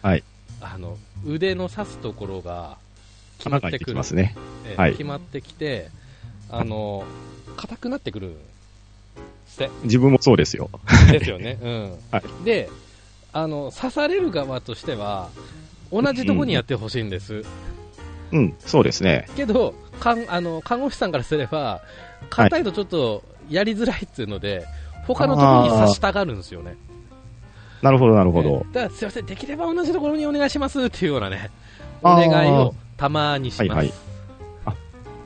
はい
あの、腕の刺すところが決ま
穴
っ
が開
て
いて
く
き
る。
ますね。
えー
はい
決まってきて、あの、硬くなってくるんですって。
自分もそうですよ。
ですよね。うん。
は
で、あの、刺される側としては、同じとこにやってほしいんです。
うん、そうですね。
けどかんあの看護師さんからすれば硬いとちょっとやりづらいっていうので、他のところに刺したがるんですよね
なるほど、なるほ
ね
ど。
だからすいませんできれば同じところにお願いしますっていうようなねお
あー
願いをたまにし
はい
ます、
はい。あ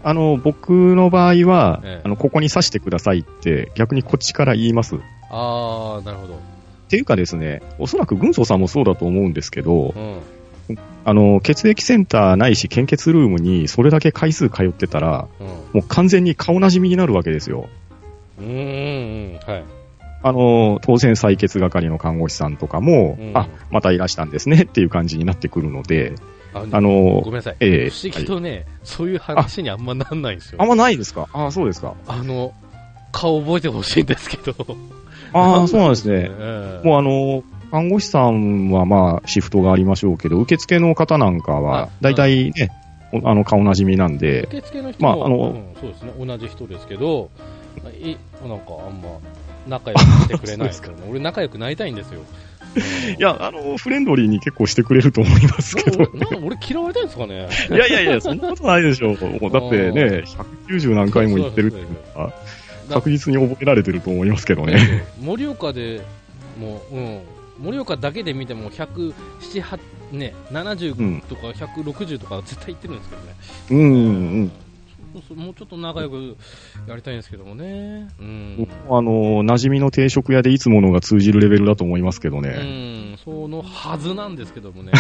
あの、僕の場合は、
ええ
あの、ここに刺してくださいって、逆にこっちから言います。っ
ああなるほど、
ていうかですね、おそらく軍曹さんもそうだと思うんですけど
う、ん、
あの、血液センターないし献血ルームにそれだけ回数通ってたら、
うん
もう完全に顔なじみになるわけですよ。
うんうんうんはい
あの、当然採血係の看護師さんとかも、
うん
あ、またいらしたんですねっていう感じになってくるので、
あの
あ
ごめ
の、
んなさい、
ええ
不思議とね、そういう話にあんまなんないんですよ
あんまないですかああ、そうですか。
あの顔覚えてほしいんですけど
ああ、そうなんで すね。
も
もうあの、看護師さんはまあ、シフトがありましょうけど、受付の方なんか
あ
は、大体ね、おあの、顔なじみなんで、
受付の人
ま
も、
ああの
うんそうですね、同じ人ですけど、いなんかあんま仲良くしてくれないですけどね、俺、仲良くなりたいんですよ。うん
い、や、あの、フレンドリーに結構してくれると思いますけど
な、な俺、嫌われたいんですかね、
いやいやいや、そんなことないでしょう。もうだってね、190何回も行ってるっていうのは、
だ
確実に覚えられてると思いますけど
え
ね。
っと盛岡でもう、うん、盛岡だけで見ても、107、8ね、
うん
70とか160とか絶対行ってるんですけどね、
うん、うん。
そうそうもうちょっと仲良くやりたいんですけどもね。うん
僕もあの、馴染みの定食屋でいつものが通じるレベルだと思いますけど
う
ね。
ん、送のはずなんですけど もね、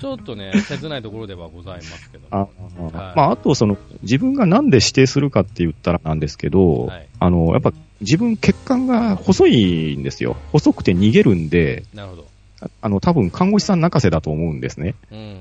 ちょっとね、切ないところではございますけども。
あ
はい
まあ、あとその、自分がなんで指定するかって言ったらなんですけど、
はい
あの、やっぱ自分血管が細いんですよ。細くて逃げるんで、
なるほど。
あの、多分看護師さん泣かせだと思うんですね。
うん。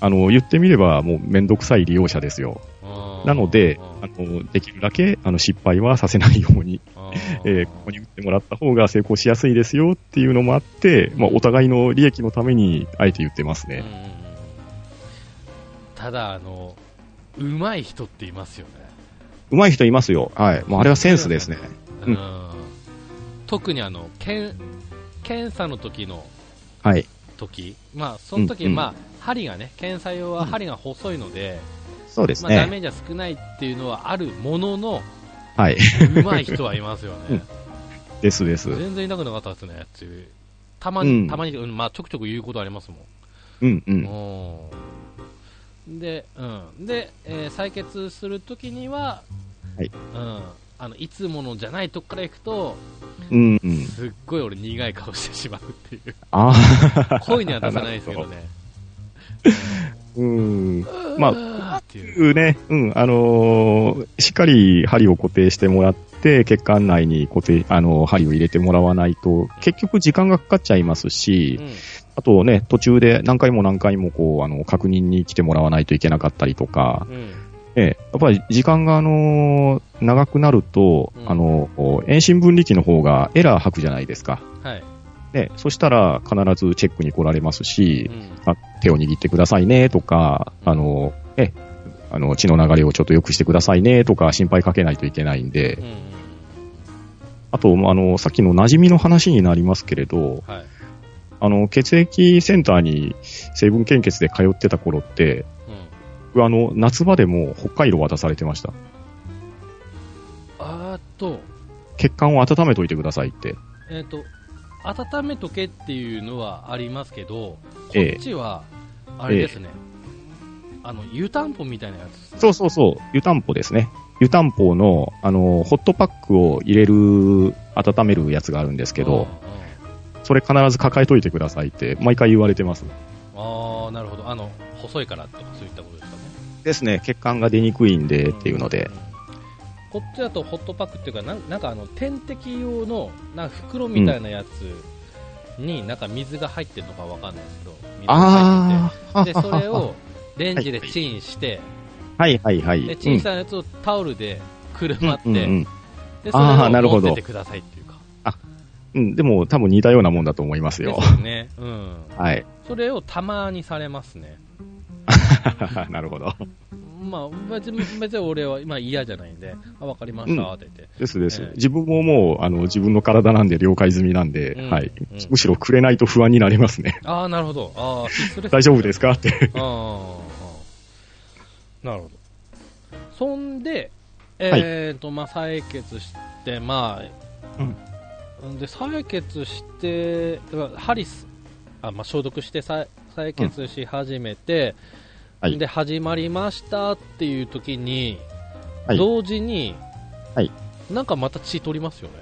あの、言ってみればもうめんどくさい利用者ですよ。
あー
なので、
あ
あの、できるだけ、あの、失敗はさせないように、
ー
えーここに打ってもらった方が成功しやすいですよっていうのもあって、まあ、お互いの利益のために、あえて言ってます
うんう
ね。
んうんただ、あの、うまい人っていますよね。
上手い人いますよ。はい。もうあれはセンスですね。
う
うん
ん。特にあの、検、検査の時の
はい。
時、まあ、その時、
うんうん
まあ、針がね、検査用は針が細いので、
そうです
まあ、ダ
ね。
メージは少ないっていうのはあるものの、
はい。
うまい人はいますよね。
ですです。うん
全然いなくなかったですねっていう。たまに、
うん
たまに、うんまあ、ちょくちょく言うことありますもん。
うん。
うんで、うん、で、えー採血するときには、
はい
うん、あのいつものじゃないとこから行くと、
うんうん。
すっごい俺、苦い顔してしまうっていう、
ああ。
声には出さないですけどね、
うん。 まあ
うわーっていう、
ね、うん、あのーしっかり針を固定してもらって、血管内に固定、あのー針を入れてもらわないと、結局時間がかかっちゃいますし、
うん
あとね、途中で何回も何回もこう、あの、確認に来てもらわないといけなかったりとか、
うん
ええ、やっぱり時間があのー長くなると、
うん
あの、こう遠心分離機の方がエラー吐くじゃないですか。
はい
ね、そしたら必ずチェックに来られますし
う、ん
あ手を握ってくださいねとか、あの、え、あの、血の流れをちょっと良くしてくださいねとか心配かけないといけないんで
う、んうん
あと、あの、さっきの馴染みの話になりますけれど、
はい
あの、血液センターに成分献血で通ってた頃っ
う
て、
ん
僕あの、夏場でも北海道渡されてました。
あーっと、
血管を温めといてくださいって。
えーっと、温めとけっていうのはありますけど、こ
ええ
っちは、あれですね、あの湯たんぽみたいなやつ
そうそうそう、湯たんぽですね。湯たんぽの、あの、ホットパックを入れる、温めるやつがあるんですけど、
うんうん
それ必ず抱えといてくださいって、毎回言われてます。
ああなるほどあの細いからとかそういったことですかね
ですね、血管が出にくいんでっていう
ん
ので、
こっちだとホットパックっていうかなんなんかあの点滴用のなんか袋みたいなやつになんか水が入ってるのかわかんないですけど水が入
あ
っ
あ
ててでそれをレンジでチンして、
はいはいはい、
でチンしたやつをタオルでくるまって、
うんうんうん
でそ
あーな
れ
る
を持
ほ
っ
ど
ててくださいっていうか
うん、でも多分似たようなもんだと思います
で
よ
す。よね、うん、
はい。
それをたまにされますね
なるほど。
まあ別に別に俺は今嫌じゃないんであわかりましたって言って、
ですです。
ええ
自分ももう、あの、自分の体なんで了解済みなんで、
うん
はい。
うん
むしろくれないと不安になります ね。
ああ、なるほど。ああ、必須です。
大丈夫
す。
ですかって。
ああ、なるほど。そんで、えっ、と、まあ、採血して、まあ、で、採血して、だから針す、あ、まあ、消毒して採採血し始めて、
はい
で、始まりましたっていう時に、
はい
同時に、
はい
なんかまた血取りますよね。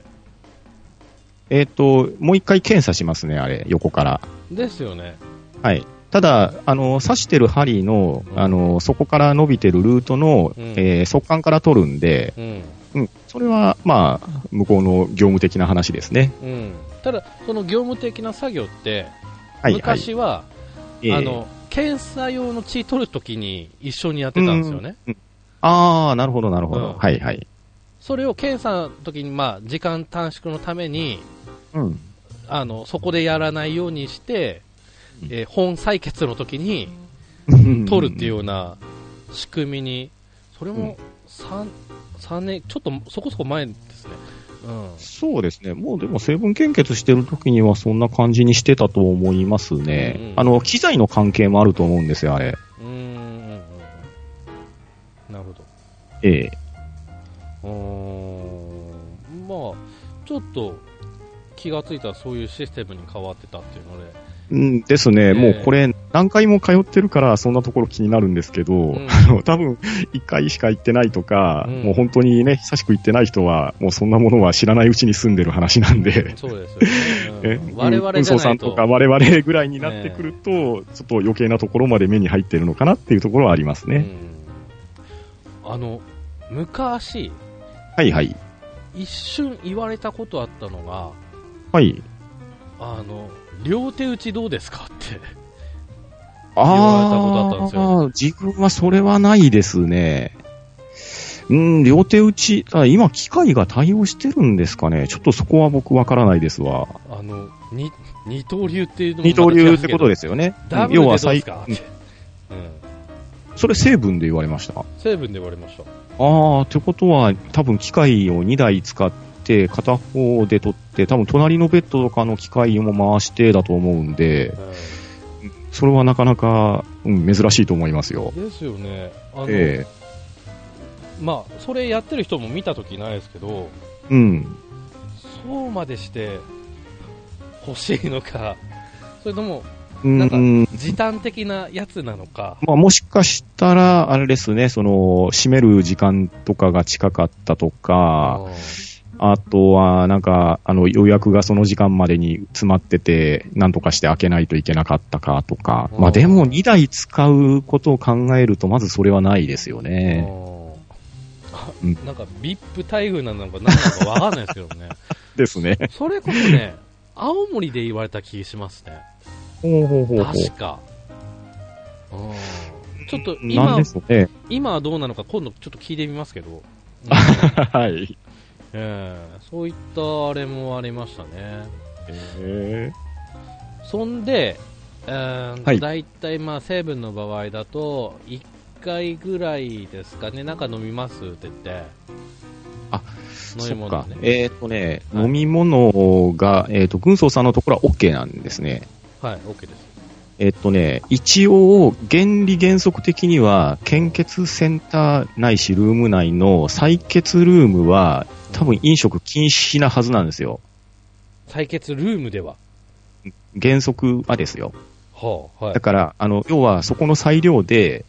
えっと、もう一回検査しますね、あれ、横から。
ですよね。
はい。ただ、あの、刺してる針の
う、ん
あの、そこから伸びてるルートの、
うん
えー、速管から取るんで、
うん。
うん。それは、まあ、向こうの業務的な話ですね。
うん。ただ、その業務的な作業って、
はい、はい。
昔は、
ええ
あの検査用の血取るときに一緒にやってたんですよね、
ああ、なるほど、なるほど。
うん
はい、はい。
それを検査のときに、まあ、時間短縮のために
うん。
あのそこでやらないようにして、
うん
えー本採血のときに 取るっていうような仕組みに、それも 3, 三年、ちょっとそこそこ前ですね、うん
そうですね。もうでも成分献血してる時にはそんな感じにしてたと思いますね。
うんうん
あの、機材の関係もあると思うんですよ、あれ。
うーんうんうんうん、なるほど。
ええ。
うーんまあちょっと気がついたらそういうシステムに変わってたっていうので、
うんですね、
ええ
もうこれ、何回も通ってるから、そんなところ気になるんですけど、
ん
あの多分1回しか行ってないとか、
うん
もう本当にね、久しく行ってない人は、もうそんなものは知らないうちに住んでる話なんで、
そうですよね。
え
うん我々
運
じゃ
送
な
さ
い
ん
と
と。か、我々ぐらいになってくると、ちょっと余計なところまで目に入ってるのかなっていうところはありますね。
うんあの、昔、
はいはい。
一瞬言われたことあったのが、
はい。
あの、両手打ちどうですかって。 言われたこと
あ
あったんですよ
あー自分はそれはないですね。うん、両手打ち、あ今、機械が対応してるんですかね。ちょっとそこは僕わからないですわ。
あの、に二刀流っていうのも
二刀流ってこと
で。
ですよね。
ダブルで
要
どう
は
です
最、
かっ
うん
て。うん。
それ成分で言われました。あ
成分で言われました。
あ、ってことは、多分機械を2台使って、片方で取って、多分隣のベッドとかの機械も回してだと思うんで、
う
それはなかなか、うん、珍しいと思いますよ。
んですよね。あの、
え
まあ、それやってる人も見たときないですけど、
えうん。
そうまでして欲しいのか、それとも
うん
なんか
うん
時短的なやつなのか、
まあ、もしかしたら、あれですね、その、閉める時間とかが近かったとか、あとは、なんか、あの、予約がその時間までに詰まってて、なんとかして開けないといけなかったかとか、
うん
まあ、でも2台使うことを考えると、まずそれはないですよ
うん
ね。
あ
うん
なんか VIP 待遇なのか何なのかわかんないですけど ね、
ですね。
それこそね、青森で言われた気しますね、
ほうほうほうほう。
確か。うんちょっと
なん
今
ですよね。
今はどうなのか、今度ちょっと聞いてみますけど、 うん
はい。
ええそういったあれもありましたね。
え
そんで、えー
はい
だいたいまあ成分の場合だと1回ぐらいですかね、なんか飲みますって言って、
あ
飲み
そっ
物
か
ね。。
えっ、とね、
はい
飲み物が、えっ、と、軍曹さんのところは OK なんですね。
はい、OK です。
えっとね、一応、原理原則的には、献血センターないしルーム内の採血ルームは、多分飲食禁止なはずなんですよ。
採血ルームでは。
原則はですよ。
はあ、はい
だ。から、あの、要は、そこの裁量で、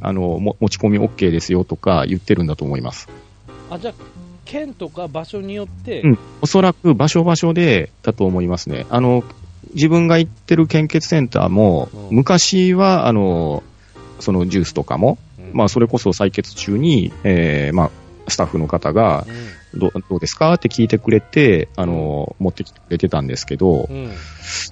あの、も持ち込み OK ですよとか言ってるんだと思います。
あ、じゃあ、県とか場所によって、
うんおそらく場所場所でだと思いますね。あの、自分が行ってる献血センターも、
うん
昔は、あの、そのジュースとかも、
うん
まあ、それこそ採血中に、えーまあ、スタッフの方が
う
ど、どうですかって聞いてくれて、あの、持ってきてくれてたんですけど、
ん。うん。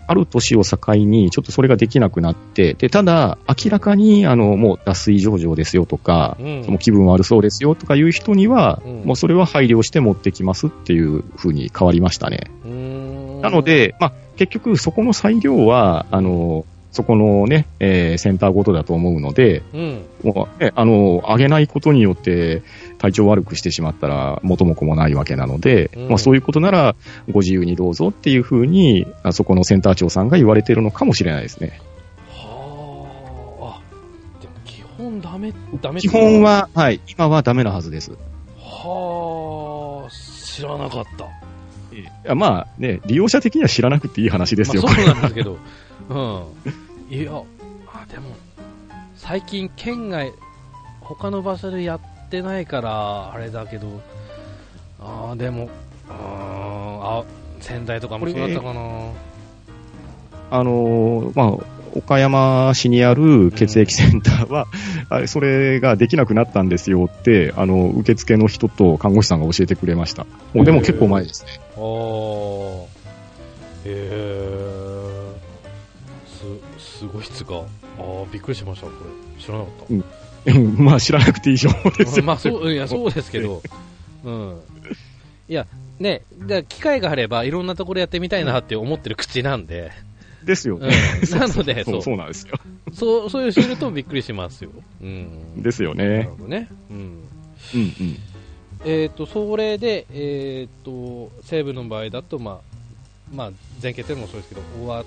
ある年を境に、ちょっとそれができなくなって、で、ただ、明らかに、あの、もう脱水症状ですよとか、
うん
もう気分悪そうですよとかいう人には、
うん
もうそれは配慮して持ってきますっていう風に変わりましたね。
うーん
なの、で、まあ、結局、そこの裁量は、あの、そこのね、えーセンターごとだと思うので、
うん。
もう、ね、あの、上げないことによって体調悪くしてしまったら元も子もないわけなので、
うん
まあそういうことならご自由にどうぞっていうふうに、あそこのセンター長さんが言われてるのかもしれないですね。
はあ。あ、でも基本ダメ、ダメ
基本。は、はい、今はダメなはずです。
はあ、知らなかった。
いやまあね、利用者的には知らなくていい話ですよ、
ま
こ
あ、
れ
そうなんですけど、うん、いやあ、でも、最近、県外、他の場所でやってないから、あれだけど、あーでも、あーあ仙台とかもそうだったかな、
あのー、まあ、岡山市にある血液センターは、あれそれができなくなったんですよって、あの、受付の人と看護師さんが教えてくれました。もうでも結構前ですね。
あーへえすすごいっつうか、あーびっくりしました、これ、知らなかっ
うん まあ知らなくていい情報です
た、
よ。
まあ、 そういやそうですけど、うん。いやね、だから機会があればいろんなところやってみたいなって思ってる口なんで、
ですよ
う
ね。
ん なので、
そ
そうう、
そうなんですよ。
そう、そういう知るとびっくりしますよ。うん。
ですよ
なる
ね。
ほどね。うん。
うんうん。
えっ、と、それで、えっ、と、西武の場合だと、まあ、まあ、前傾点もそうですけど、終わっ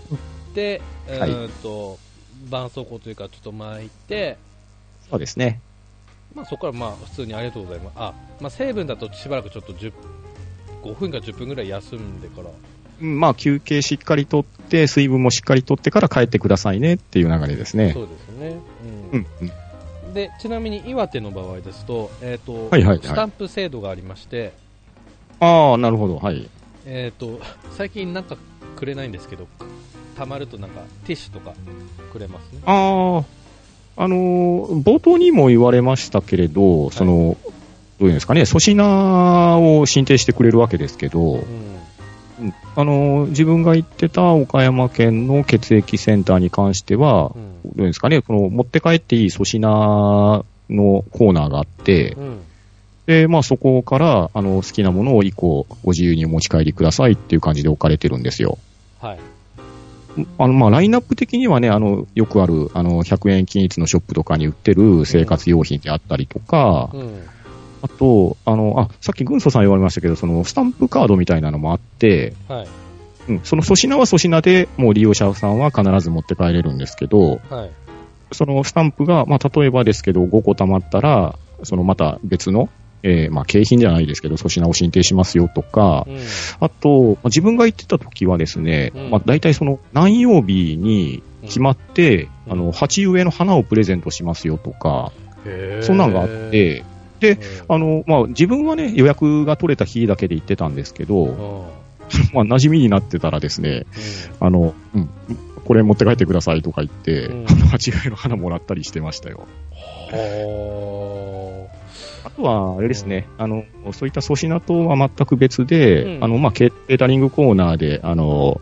て、
はい
えっ、と、絆創膏というか、ちょっと巻いて、
そうですね。
まあ、そこからまあ、普通にありがとうございます。あ、まあ、成分だとしばらくちょっと10 5分か10分ぐらい休んでから
うんまあ、休憩しっかりとって、水分もしっかりとってから帰ってくださいねっていう流れですね。
そうですね。
う
うん
ん、うん。
でちなみに岩手の場合ですと,、えーと
はいはいはい
スタンプ制度がありまして、
ああ、なるほど、はい。
えー、と最近なんかくれないんですけどたまるとなんかティッシュとかくれますね
ああ、あのー冒頭にも言われましたけれど、その、どういうんですかね、粗品を申請してくれるわけですけど、
う
あのー自分が行ってた岡山県の血液センターに関して
ん
は、どういうんですかね、この持って帰っていい粗品のコーナーがあって
う、ん
で、まあそこから、あの、好きなものを以降、ご自由にお持ち帰りくださいっていう感じで置かれてるんですよ。
はい
あの、まあラインナップ的にはね、あの、よくある、あの、100円均一のショップとかに売ってる生活用品であったりとか、
うん
あと、あの、あ、さっき軍曹さん言われましたけど、その、スタンプカードみたいなのもあって、
はい
うん、その粗品は粗品で、もう利用者さんは必ず持って帰れるんですけど、
はい
そのスタンプが、まあ、例えばですけど、5個貯まったら、そのまた別の、えーまあ、景品じゃないですけど、粗品を申請しますよとか
う、ん
あと、まあ自分が行ってた時はですね、
うん
まあ、大体その何曜日に決まって、
うん
あの、鉢植えの花をプレゼントしますよとか、
へー
そんなのがあって、
うん
で、あの、まあ、自分はね、予約が取れた日だけで行ってたんですけ
う
ど、
んうん
まあ、馴染みになってたらですね、あの、うん、これ持って帰ってくださいとか言って、
うん
あの 鉢植えの花もらったりしてましたよ。
は
あとは、あれですね、あの、そういった粗品とは全く別で、
うん
あの、まあ、ケータリングコーナーで、あの、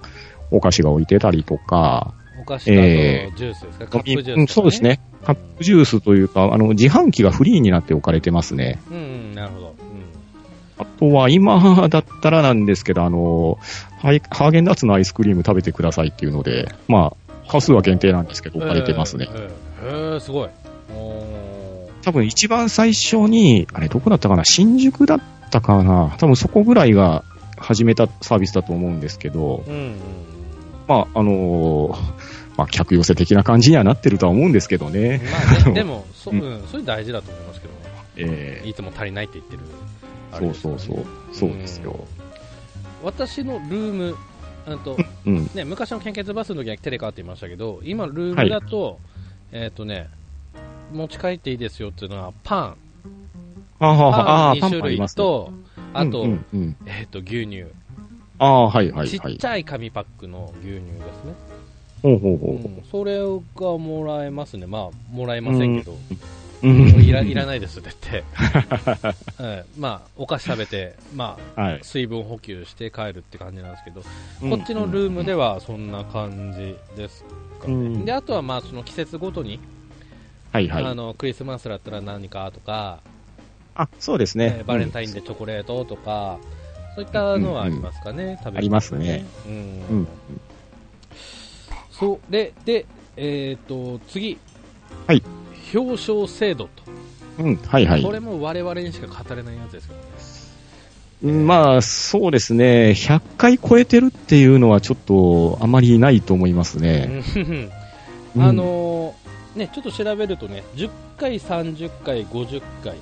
お菓子が置いてたりとか、
ーお菓子とあ
え
とジュースですか、カップジュースとか、
うんそうですね。カップジュースというか、あの、自販機がフリーになって置かれてますね。
うん、うん、なるほど、
あとは、今だったらなんですけど、あの、ハイハーゲンダッツのアイスクリーム食べてくださいっていうので、まあ、回数は限定なんですけど、
うん、
置かれてますね。
えーえーへーすごいおー
多分一番最初に、あれどこだったかな新宿だったかな多分そこぐらいが始めたサービスだと思うんですけど、
うんうん
まあ、あのーまあ、客寄せ的な感じにはなってるとは思うんですけど
う
ね。
ん、まあね、でも、そう、
う
うんん、それ大事だと思いますけどね。
え
いつも足りないって言ってる。。
ーそうそうそうう。そうですよ。
私のルーム、あと、
うん。
ね、昔の献血バスの時はテレカって言いましたけど、今ルームだと、えっ、とね、持ち帰っていいですよっていうのは、パン。
ああ、あ
パ
あ、
ン
パ
2
ン
種
パンあり
類
ますね。
と、あと、
うんうんうん
えっ、と、牛乳、
ああ、はいはい
ち
は
っ
い
ち。ゃい紙パックの牛乳ですね。
ほうほうほ
うん、それがもらえますね。まあ、もらえませんけど。
う。うん
もういら いらないですって言 って、うんまあ、お菓子食べて、まあ、
はい。
水分補給して帰るって感じなんですけど、こっちのルームではそんな感じですかね、
うん
であとはまあその季節ごとに、
はいはい。
あのクリスマスだったら何かとか、
あ、そうです
え
ね
ー。バレンタインデーチョコレートとか、そういったのはありますかね、食べ物
ありますね、
うん
うん。うん。
そうでで、えー、と次、
はい
表彰制度と、
うん、はいはい。
これも我々にしか語れないやつですけどね。
うんまあ、そうですね。100回超えてるっていうのはちょっとあまりないと思いますね。
うん
うん
あのーね、ちょっと調べるとね、10回、30回、50回。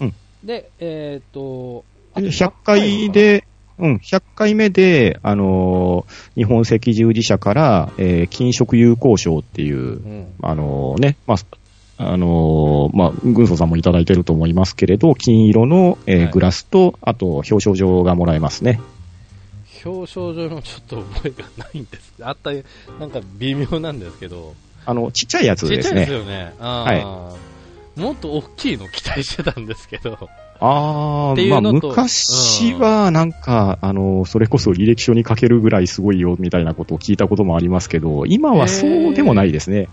うん
で、えっ、と、あと
で100回で、うん、100回目で、あのー日本赤十字社から、えー、禁食友好賞っていう
100、回、うん
あのーね、まあ、あのーまあ、軍曹さんもいただいてると思いますけれど、金色の、えー
はい
グラスと、あと、表彰状がもらえますね。
表彰状のちょっと覚えがないんです。あった、なんか微妙なんですけど。
あの、ちっちゃいやつ
ち
で
っちゃ
す
い
ね。
ですよね。あーもっと大きいの期待してたんですけど。
あ
って
あ、
い
まあ
うのと
昔はなんか、あの、それこそ履歴書に書けるぐらいすごいよみたいなことを聞いたこともありますけど、今はそうでもないですね。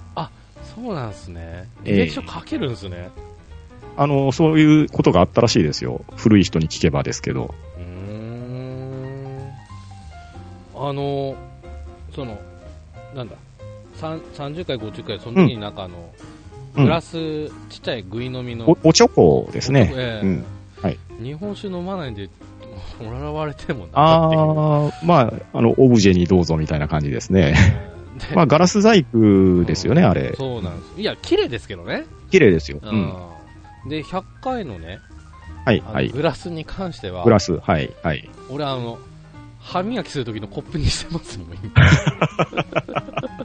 そうなんですね。
ええ
履歴書書けるんですね。
あの、そういうことがあったらしいですよ。古い人に聞けばですけど。
うーんあの、その、なんだ、さん30回、50回、その時になんかあの、
うん
グラス、ちっちゃいグイ飲みの、
お、おちょこですね。
ええ
うん。はい
日本酒飲まないんで、もらわれてもなっていう
ああ、まあ、あの、オブジェにどうぞみたいな感じで すね。
で
まあ、ガラス細工ですよね、
うん
あれ。
そうなんです。いや、綺麗ですけどね。
綺麗ですよ。
う
う。
んん、で、100回のね、
はい、
あの
はい。
グラスに関しては
グ、ラス、はい、はい。
俺あの、歯磨きする時のコップにしてますもん、今。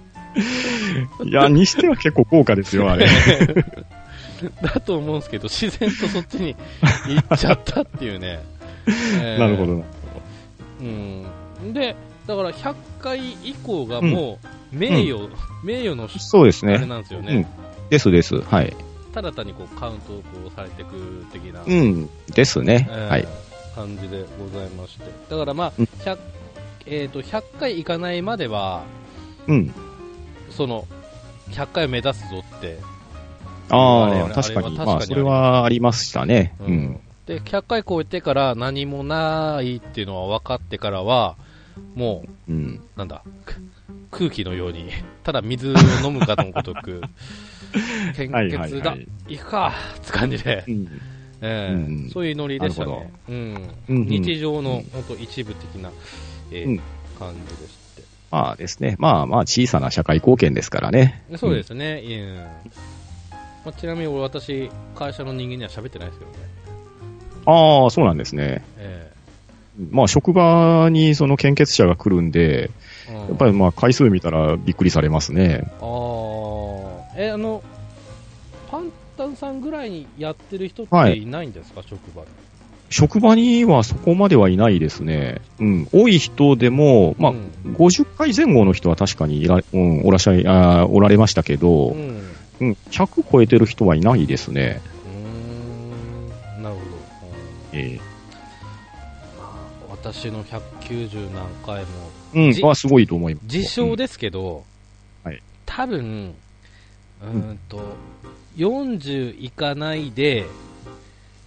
いや、にしては結構豪華ですよ、あれ。
だと思うんですけど、自然とそっちに行っちゃったっていうね。 えー
なるほど。
うん。で、だから100回以降がもう、名誉、名誉の
そうです
あれ
ね。
なんですよ
うん
ね。。
ですです。はい。
ただ単にこうカウントをこうされていく的な、
う
え
ん。ですね。
ー
はい。
感じでございまして。だからまあ、
うん
100、えーと、100回行かないまでは、
うん。
その、100回を目指すぞって、あれあ
あ
れ
あ、確か
あれ
に。
は
まあ、
確かに
それはありましたね。
う
うんん。
で、100回超えてから何もないっていうのは分かってからは、もう、
うん。
なんだ、く空気のように、ただ水を飲むかのごと く、献
はいはい
血だ、
はい。
行くかって感じで、
うん
ええ
うん
そういうノリでした
なる
ね。うん
うんうん
日常の本当一部的な、ええ
うん
感じでして。
まあですね。まあまあ、小さな社会貢献ですからね。
でそうですね、うんまあ、ちなみに俺私、会社の人間には喋ってないですけどね。
ああ、そうなんですね。
え
まあ、職場にその献血者が来るんで、
え
やっぱりまあ、回数見たらびっくりされますね。
ああ、え、あの、パンタンさんぐらいにやってる人っ
は
て
い
いないんですか、職場に。
職場にはそこまではいないですね。うん。多い人でも、まあ
う、ん
50回前後の人は確かにいら、うん、おらっしゃい、あーおられましたけ
う
ど、
ん。う
うん、100超えてる人はいないですね。
ーん、なるほど。
え
うん私の190何回も、
ー
じ
うん、はすごいと思います。
自称ですけど、
うんはい
多分、うーんと、40いかないで、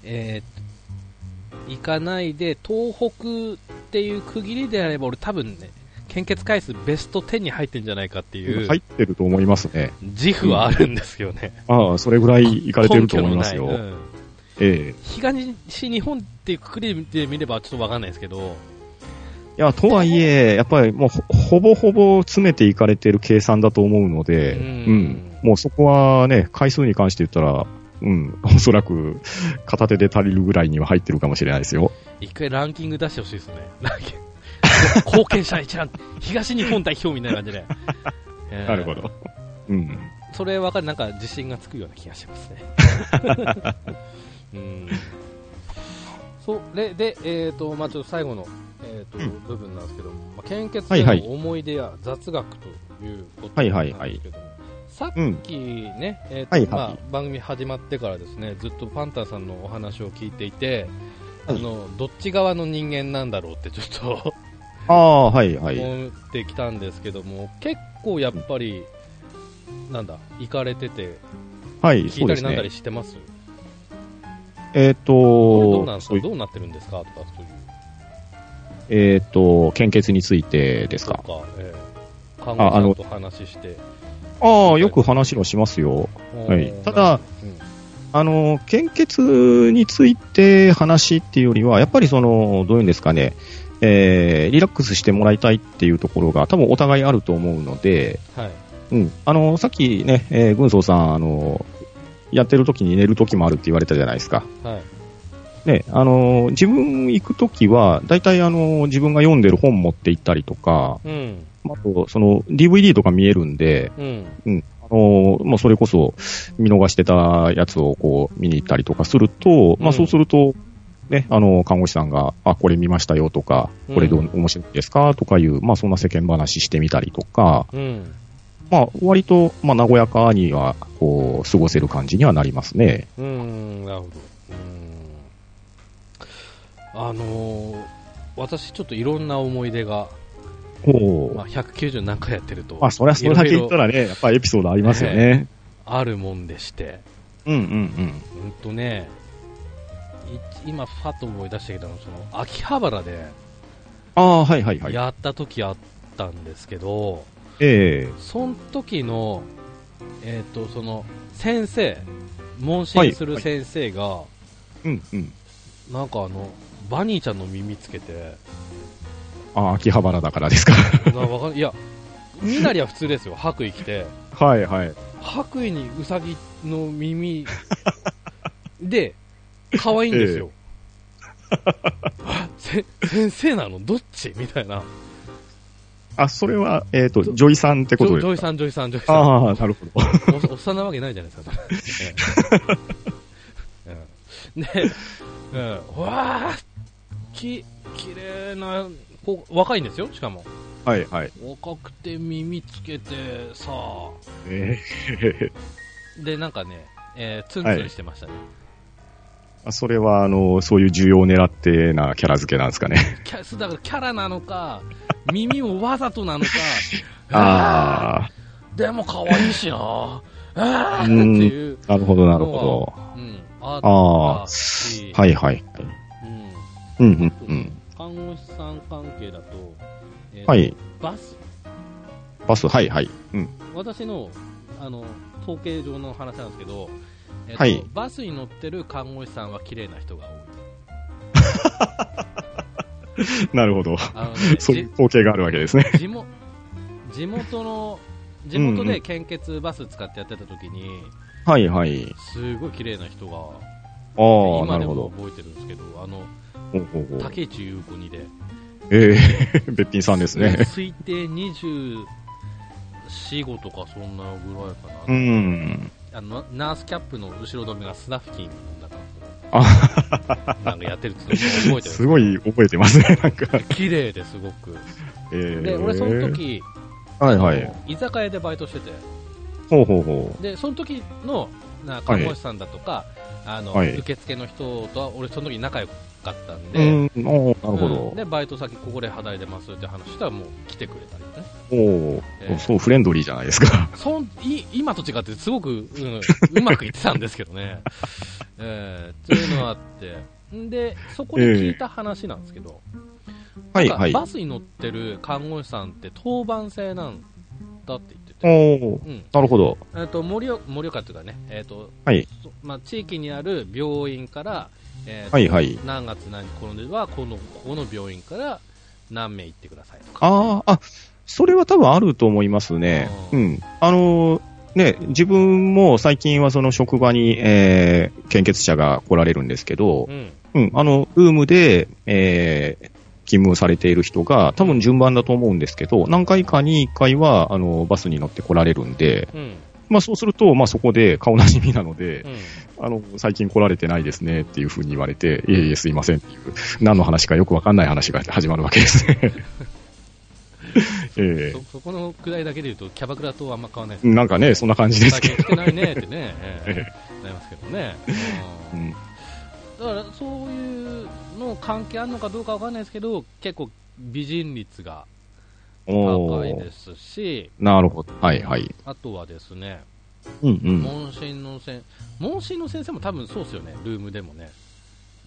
えー、いかないで、東北っていう区切りであれば、俺多分ね、献血回数ベスト10に入ってんじゃないかって
うん
いう
入ってると思いますね。
自負はあるんですよね。
ああ、それぐらい行かれてると思います
根拠の
よ。
ないうん
ええ
東日本っていうくくりで見ればちょっとわかんないですけど、
いや、とはいえ、やっぱりもうほほぼほぼ詰めていかれてる計算だと思うので、
う
うんん、もうそこはね、回数に関して言ったら、うん、おそらく片手で足りるぐらいには入ってるかもしれないですよ。
一回ランキング出してほしいですね。ランキング。貢献者一覧、東日本代表みたいな感じ で。えー
なるほど。うん。
それ分かる、なんか自信がつくような気がし ますね。うん。それで、えっ、と、まあちょっと最後の、えーと
うん
部分なんですけども、まあ、献血
はい
で
はい
の思い出や雑学ということ
はい
な
は
ん
い
で
はい
すけども、さっ
うん。
きね、えーと
はいはい
まあ、番組始まってからですねずっとパンタさんのお話を聞いていて、
はい
あのどっち側の人間なんだろうってちょっと
ああ、はいはい。
思ってきたんですけども結構やっぱり、なんだ行かれてて
はい、
聞
そ
いうた
で
り
す
なんだ
ね
り。してます
えっ、
これどうなんで
と、
す
そう
か
い
どうなってるんですかとかそういう
えっ、と、献血についてです
と
か。
か、ええ看
ああ
護
の
師さんと話して
ああ、よく話をしますよ。はい
おー
ただ
うん
あの、献血について話っていうよりは、やっぱりその、どういうんですかね、えーリラックスしてもらいたいっていうところが多分お互いあると思うので、
はい
うん。あの、さっきね、えー軍曹さん、あの、やってる時に寝る時もあるって言われたじゃないですか。
はい
ね、あの、自分行く時は、大体あの、自分が読んでる本持って行ったりとか、
うん
あと、その、DVD とか見えるんで、
うん
あのもうそれこそ見逃してたやつをこう見に行ったりとかすると、
う
ま
ん
あ、そうすると、ね、あの看護師さんが、あこれ見ましたよとか、これどう、
うん
面白いですかとかいう、まあ、そんな世間話してみたりとか、
うん
まあ、割と、まあ、和やかにはこう過ごせる感じにはなりますね。
うーん、なるほど。うーん。あのー私ちょっといろんな思い出が、
ほう
まあ、190何回やってると、
まあ、そりゃそれだけ言ったらね、やっぱりエピソードありますよね。
あるもんでして、
うんうんうん。
うんとね、い今、ファッと思い出したけど、その秋葉原で
ああ、はいはいはい。
やった時あったんですけど、
ええ
その時の、えっ、と、その、先生、問診する
はい
先生が、
うんうん。
なんかあの、バニーちゃんの耳つけて、
あ秋葉原だからですか。
なわかんないいや、みなりは普通ですよ、白衣着て、
はいはい。
白衣にウサギの耳で、可愛いんですよ。 せ先生なのどっちみたいな。
あ、それは、えっ、と、
ジョ
ジョイさんって
ジ
こと
ョ
です
ジョ
か
イさん、ジョイさん、ジョイさん。
ああ、なるほ ど。
おおっさんなわけないじゃないですか、それうんで、うん、うわー、き、綺麗な、こう若いんですよ、しかも。
はいはい。
若くて耳つけて、さあ、
えー
で、なんかね、えーツンツンしてましたね。
あそれは、あの、そういう需要を狙ってなキャラ付けなんですかね。
キャだからキャラなのか、耳をわざとなの か、
あ
あーでも可愛いしなあー
あ、
っ
う
て
ん、
いう、
なるほど、なるほ
うん、あっ
ど。ああ
た、し、
はいはい。
うん
うんうんうん。
看護師さん関係だと、えー
はい、
バス、
バス、はいはい。うん。
私のあの統計上の話なんですけど、えーと
はい
バスに乗ってる看護師さんは綺麗な人が多い。
なるほど。
あの ね
そういう光景があるわけですね。
じ地元地元の地元で献血バス使ってやってた時に、
はいはい。
すごい綺麗な人が、
ああ、な
今で
るほ
も
ど。
覚えてるんですけど、あの
ほうほうほう
竹内優子にで、
ええ べっぴんさんですね。
推定24、5とかそんなぐらいかな。
うん。
あのナースキャップの後ろ止めがスナフキンなんかなんかやってるっていうのを覚えてる
すごい覚えてますね、なんか。
綺麗ですごく
えー
で俺その。時、
はいは
あ
い。
の居酒屋でバイトしてて
ほうほうほ
でその時のな看護師さんだとか、あの
はい
受付の人とは俺その時仲良かったん
う。
で、
うん、ああ、なるほ
うん
ど。
でバイト先ここで働いてますって話したらもう来てくれたりね
お
えー
お、そう、フレンドリーじゃないですか。
そんい今と違ってすごく、うん、うまくいってたんですけど ね、えー、というのがあってんでそこで聞いた話なんですけど、
はい
なんか
はい。
バスに乗ってる看護師さんって当番制なんだって言って
お
て、
お、
うん
なるほど。
えっと盛岡盛岡というかね、えっと
はい
そまあ、地域にある病院から、えーと
はいはい。
何月何日頃ではこのここの病院から何名行ってくださいとか。
ああ、あ、それは多分あると思いますね。
あー
うん。あのーね、自分も最近はその職場に、えー献血者が来られるんですけど
う、ん、
うん、あの、ルームで、えー勤務されている人が、多分順番だと思うんですけど、何回かに1回は、あの、バスに乗って来られるんで、
うん、
まあそうすると、まあそこで顔なじみなので
う、ん、
あの、最近来られてないですねっていうふうに言われて、いえいえすいませんっていう、何の話かよくわかんない話が始まるわけですね。 え
そそこのくらいだけで言うと、キャバクラとあんま変わらないです
えなんかね、そんな感じ
け
で
ど、
す
最
け
近
ど。
来てないねってね、え
え
えなりますけどね。
う
うん
ん
だからそういうの関係あるのかどうかわかんないですけど、結構美人率が
お
高い
ー
ですし、
なるほど。はいはい。
あとはですね、
うんうん。
問診の先問診の先生も多分そうですよね、ルームでもね。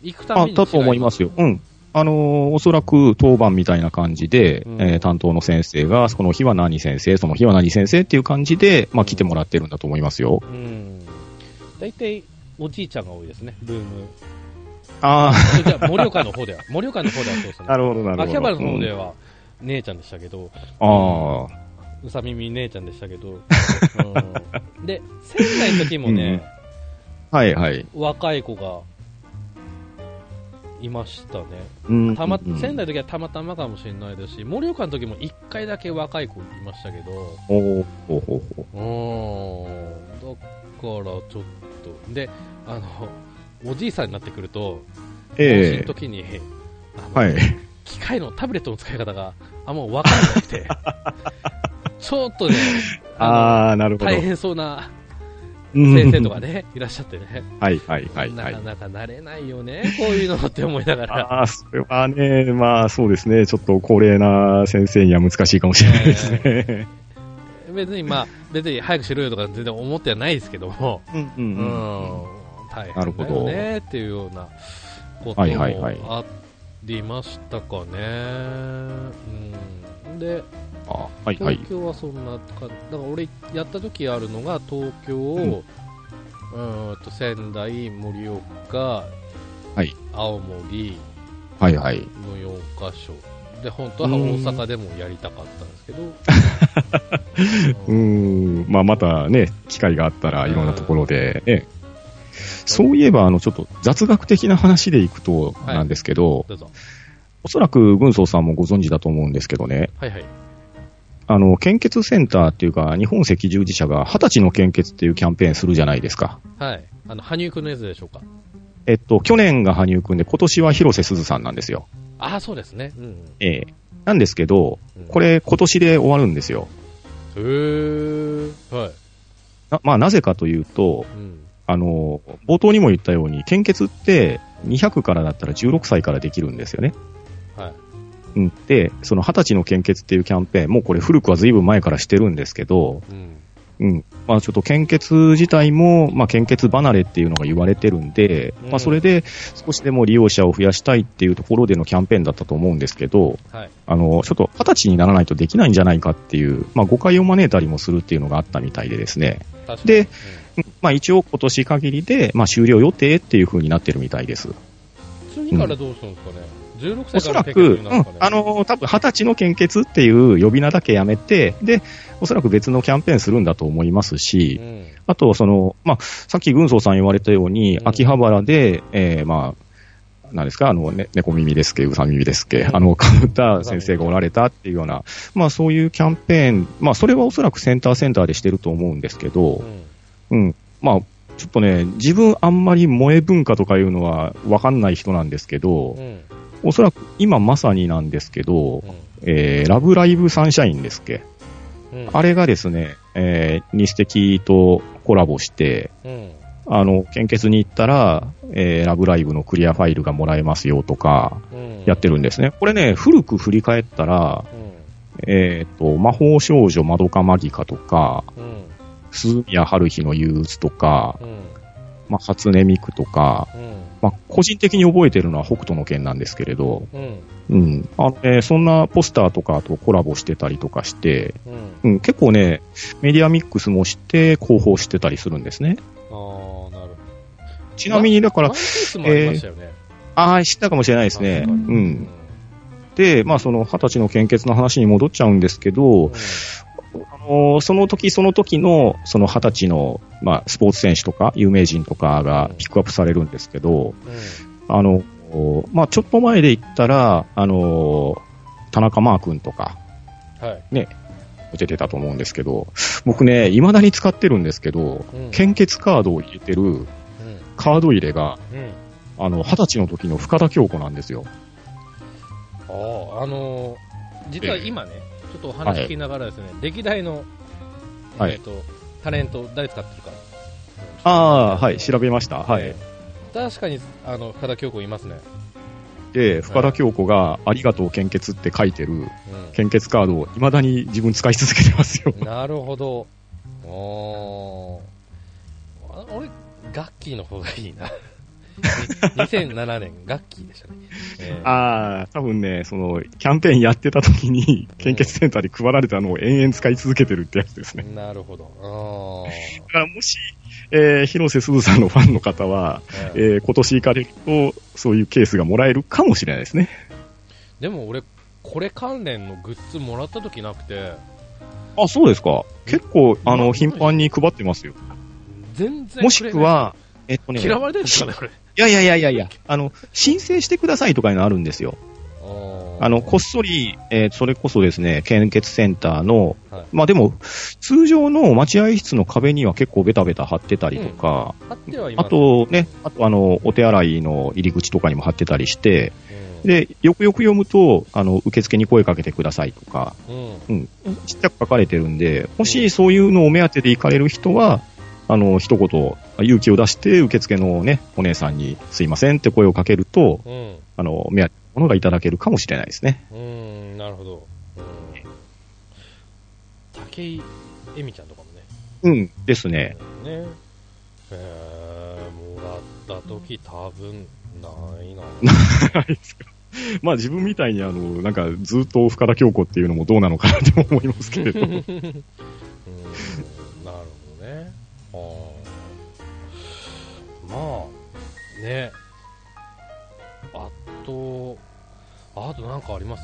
行くた
あ、
びに。
だと思いますすよ。うん。あのーおそらく当番みたいな感じで、
うん
えー担当の先生が、この日は何先生、その日は何先生っていう感じで、まあ来てもらってるんだと思いますよ。
うん。大体、おじいちゃんが多いですね、ルーム。
あ
じゃあ、盛岡の方では。盛岡の方ではそうです
あ、
ね。
なるほどなるほど。
秋葉原の方で
うん
は、姉ちゃんでしたけど、
ああ、
うさみみ姉ちゃんでしたけど、うんで、仙台の時もね、
うんはいはい。
若い子がいましたね
うん
たま
うん
仙台の時はたまたまかもしれないですし盛岡の時も1回だけ若い子いましたけど
おーほうほうほう
うーんだからちょっとであのおじいさんになってくると、往診
え
の時にあの、
はい。
機械のタブレットの使い方があんま分からなく てちょっとねあ
ああ、なる
の
ほど。
大変そうな
先
先生とか。 ね、いらっしゃってね、
はいはいはいは
ないか。なか慣れないよね、こういうのって思いなが ら。
ああ、それはね、まあそうですね、ちょっと高齢な先生には難しいかもしれないですね。
別にまあ、別に早くしろよとか全然思ってはないですけども、
うんう
うんん、大
な
変
るほ
だ
ど
よねっていうようなこと
はいはいはい
もありましたかね。うん、で、
あはいはい
東。京はそんなか、だから俺やった時あるのが東京、
ん
うーんと仙台、盛岡、
はい
青森
はいはい。
の4カ所。で、本当は大阪でもやりたかったんですけど、
うーん、まあまたね、機会があったらいろんなところで、ね、そういえば、あの、ちょっと雑学的な話でいくと
はい
なんですけど、
どうぞ。
おそらく軍曹さんもご存知だと思うんですけどね、
はいはい。
あの、献血センターっていうか、日本赤十字社が20歳の献血っていうキャンペーンするじゃないですか。
はい。あの、羽生くんのやつでしょうか。
えっと、去年が羽生くんで、今年は広瀬すずさんなんですよ。
ああ、そうですね。うん。
ええなんですけど、
うん
こ。れ今年で終わるんですよ。
へー。はい。
なまあ、なぜかというと、
うん。
あの、冒頭にも言ったように、献血って200からだったら16歳からできるんですよね。
はい。
うん、で、その20歳の献血っていうキャンペーン、もうこれ古くは随分前からしてるんですけど、
うん。
うん、まあちょっと献血自体も、まあ献血離れっていうのが言われてるんで、
うん
まあそれで少しでも利用者を増やしたいっていうところでのキャンペーンだったと思うんですけど、
はい。
あの、ちょっと20歳にならないとできないんじゃないかっていう、まあ誤解を招いたりもするっていうのがあったみたいでですね、
確かに
で
うん
まあ一応今年限りで、まあ終了予定っていう風になってるみたいです。
次からどうするんですかね。16
お
歳
そ
からら
く、
手
う
首に
ん
なるんですかね、
あの、多分20歳の献血っていう呼び名だけやめて、で、おそらく別のキャンペーンするんだと思いますし、
うん、
あと、その、まあ、さっき軍曹さん言われたように、
うん
秋葉原で、えーまあ、何ですか、あの、ね、猫耳ですっけ、うさ耳ですっけ、
うん
あの、カウンター先生がおられたっていうような、まあ、そういうキャンペーン、まあ、それはおそらくセンターセンターでしてると思うんですけ
う
ど、
ん
うん、まあ、ちょっとね、自分あんまり萌え文化とかいうのはわかんない人なんですけど
う、ん
おそらく今まさになんですけど
う、ん
えーラブライブサンシャインですっけ、
うん、
あれがですね、えー、ニステキとコラボして、
うん、
あの、献血に行ったら、えーラブライブのクリアファイルがもらえますよとか、
うん、
やってるんですね。これね、古く振り返ったら、
う
えっ、と、魔法少女まどかマギカとか、
ん、うん、
鈴宮春日の憂鬱とか、
うん、
まあ、初音ミクとか、まあ、個人的に覚えてるのは北斗の剣なんですけれど、
うん、うん、
うん。あのねそんなポスターとかとコラボしてたりとかして、
うん、
うん、結構ね、メディアミックスもして、広報してたりするんですね。
ああ、なるほど。
ちなみに、だか
ワン
ら
ピー、スもありましたよね。
ああ、知ったかもしれないです
あ
ね。う
そか
ん。で、まあ、その二十歳の献血の話に戻っちゃうんですけ
うん
ど、あのーその時その時の、その二十歳の、まあ、スポーツ選手とか、有名人とかがピックアップされるんですけど、
うん
あの、おまあ、ちょっと前で言ったら、あのー田中マー君とか、
はい。
出てたと思うんですけど、僕ね、未だに使ってるんですけど、
うん
献血カードを入れてる
う
カード入れが、
ん、うん。
あの、二十歳の時の深田恭子なんですよ。
ああ、あのー、実は今ね、ちょっとお話聞きながらですね、歴代の、
はい
えっと、タレント、誰使ってるか。
ああ、はい、調べました。はい。
えー。確かに、あの、深田恭子いますね。
で、深田恭子が、ありがとう献血って書いてる
う
献血カードを未だに自分使い続けてますよ。
ん。なるほど。おー。あ俺、ガッキーの方がいいな。2007年、ガッキーでしたね。えー
ああ、多分ね、その、キャンペーンやってた時に、献血センターで配られたのを延々使い続けてるってやつです ね。
なるほど。あ
だからもし、えー広瀬すずさんのファンの方は、
ー
えー今年行かれると、そういうケースがもらえるかもしれないですね。
でも俺、これ関連のグッズもらった時なくて、
あ、そうですか。結構、あ
う
の、
ん
頻繁に配ってますよ。
全然
もしくは、えっと
くれ
ね、
ない、嫌われてるんですかね、これ。
いやいやいやいやいや、あの、申請してくださいとかいうのあるんですよ。あの、こっそり、えーそれこそですね、献血センターの、
はい
まあでも、通常の待合室の壁には結構ベタベタ貼ってたりとか、
あってはいま
あ
す、
とね、あとあの、お手洗いの入り口とかにも貼ってたりして、
うん、
で、よくよく読むと、あの、受付に声かけてくださいとか、
うん、
ちっちゃく書かれてるんで、も
う
し
ん
そういうのを目当てで行かれる人は、あの、一言、勇気を出して、受付のね、お姉さんに、すいませんって声をかけると、
うん、
あの、目当てのものがいただけるかもしれないですね。
うん、なるほど。うん、武井絵美ちゃんとかもね。
うん。ですね。
ね。えー、もらった時多分、ないな。
まあ自分みたいに、あの、なんか、ずっと深田恭子っていうのもどうなのかなと思いま すけれど。
うーんなるほどね。あーまあ、ね。あと、あとなんかあります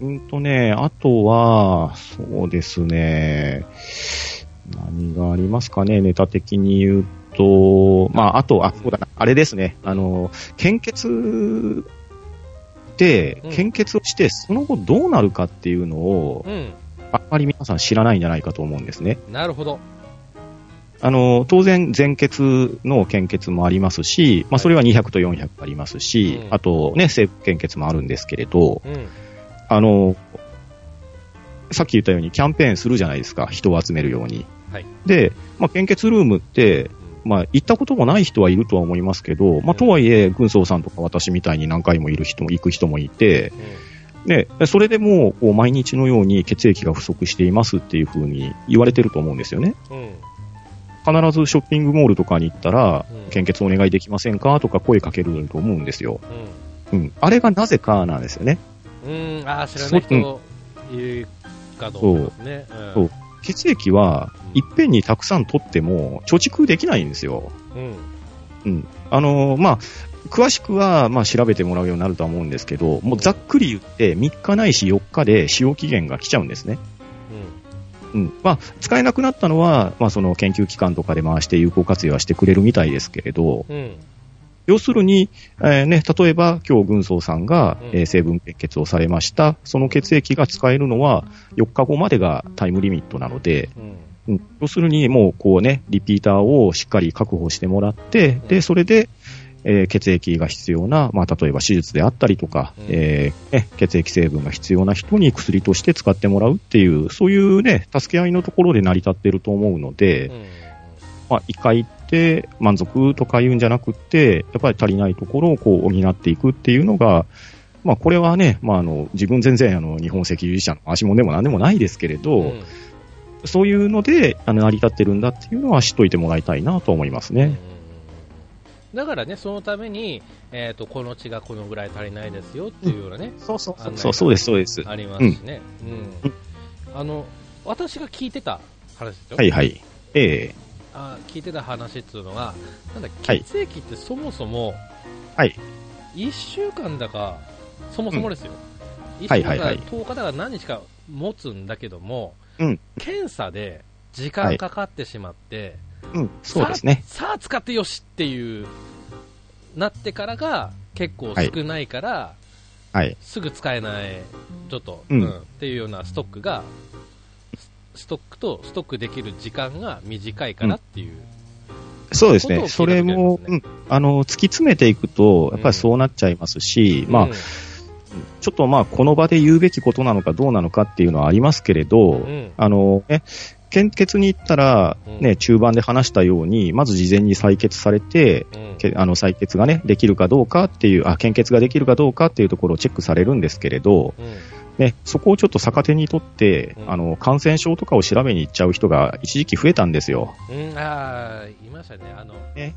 うんとね、あとは、そうですね、何がありますかね、ネタ的に言うと、まあ、あと、あ、そうだな、あれですね、あの、献血って
うん、
献血をして、その後どうなるかっていうのを、
うん。
あんまり皆さん知らないんじゃないかと思うんですね。
なるほど。
あの、当然、全血の献血もありますし、まあ、それは200と400ありますし、
うん
あとね、西部献血もあるんですけれど、
うん。
あの、さっき言ったようにキャンペーンするじゃないですか、人を集めるように。
はい
で、まあ、献血ルームって、まあ、行ったこともない人はいるとは思いますけど、ま
う
あ、
ん
とはいえ、軍曹さんとか私みたいに何回もいる人も、行く人もいて、ね、それでもうこう毎日のように血液が不足していますっていうふうに言われてると思うんですよね。
うん。うん。
必ずショッピングモールとかに行ったら
うん、
献血お願いできませんかとか声かけると思うんですよ。
うん。
うん。あれがなぜかなんですよね。
うん、あー知らない人いるかと思いますね。
そう血液はいっぺんにたくさん取っても貯蓄できないんですよ。
うん。うん。
うん。あのーまあ、詳しくは、まあ、調べてもらうようになるとは思うんですけど、もうざっくり言って3日ないし4日で使用期限が来ちゃうんですね。うん。まあ、使えなくなったのは、まあ、その研究機関とかで回して有効活用はしてくれるみたいですけれど、
うん。うん。
要するに、えーね、例えば今日軍曹さんが、
うん
えー成分献血をされました。その血液が使えるのは4日後までがタイムリミットなので、
うん。
うん要するに、もうこうね、リピーターをしっかり確保してもらって、で、それで、えー血液が必要な、まあ、例えば手術であったりとか、
うん
えーね、血液成分が必要な人に薬として使ってもらうっていう、そういうね、助け合いのところで成り立ってると思うので、
うん
まあ、一回行って満足とか言うんじゃなくって、やっぱり足りないところをこう補っていくっていうのが、まあ、これはね、まあ、あの、自分全然あの、日本赤十字社の足もでも何でもないですけれど、
うん
そういうので、あの、成り立ってるんだっていうのは知っといてもらいたいなと思います
うん
ね。
だからね、そのために、えっ、と、この血がこのぐらい足りないですよっていうようなね、
そうそう
そう
そう、そうです、そうです。は
ありますしね。うん。あの、私が聞いてた話ですよ。
いはい。ええ
あ聞いてた話っていうのが、なんだ、
はい
血液ってそもそも、
はい。
1週間だか、そもそもですよ、1
はい
週
は
間
い
だか
はい
10日だか何日か持つんだけども、
うん
検査で時間かかってしまって、
うん、そうですね。
さあ使ってよしっていうなってからが結構少ないから、
はい。
すぐ使えない、ちょっと、
うん
っていうようなストックが、スストックとストックできる時間が短いからっていう。
そうですね。
そ
そう
い
れ
うことを
も
聞い、た
う
わ
ん、あの、突き詰めていくと、やっぱりそうなっちゃいますし、まあ、
うん
ちょっとまあ、この場で言うべきことなのかどうなのかっていうのはありますけれど、
うん
あの、ね、献血に行ったら、
う
ね、中盤で話したように、まず事前に採血されて、
うん
けあの採血がね、できるかどうかっていう、あ、献血ができるかどうかっていうところをチェックされるんですけれど、
うん
ね、そこをちょっと逆手にとって、
うん
あの、感染症とかを調べに行っちゃう人が一時期増えたんですよ。
うん、ああ、いましたね。あの、
ね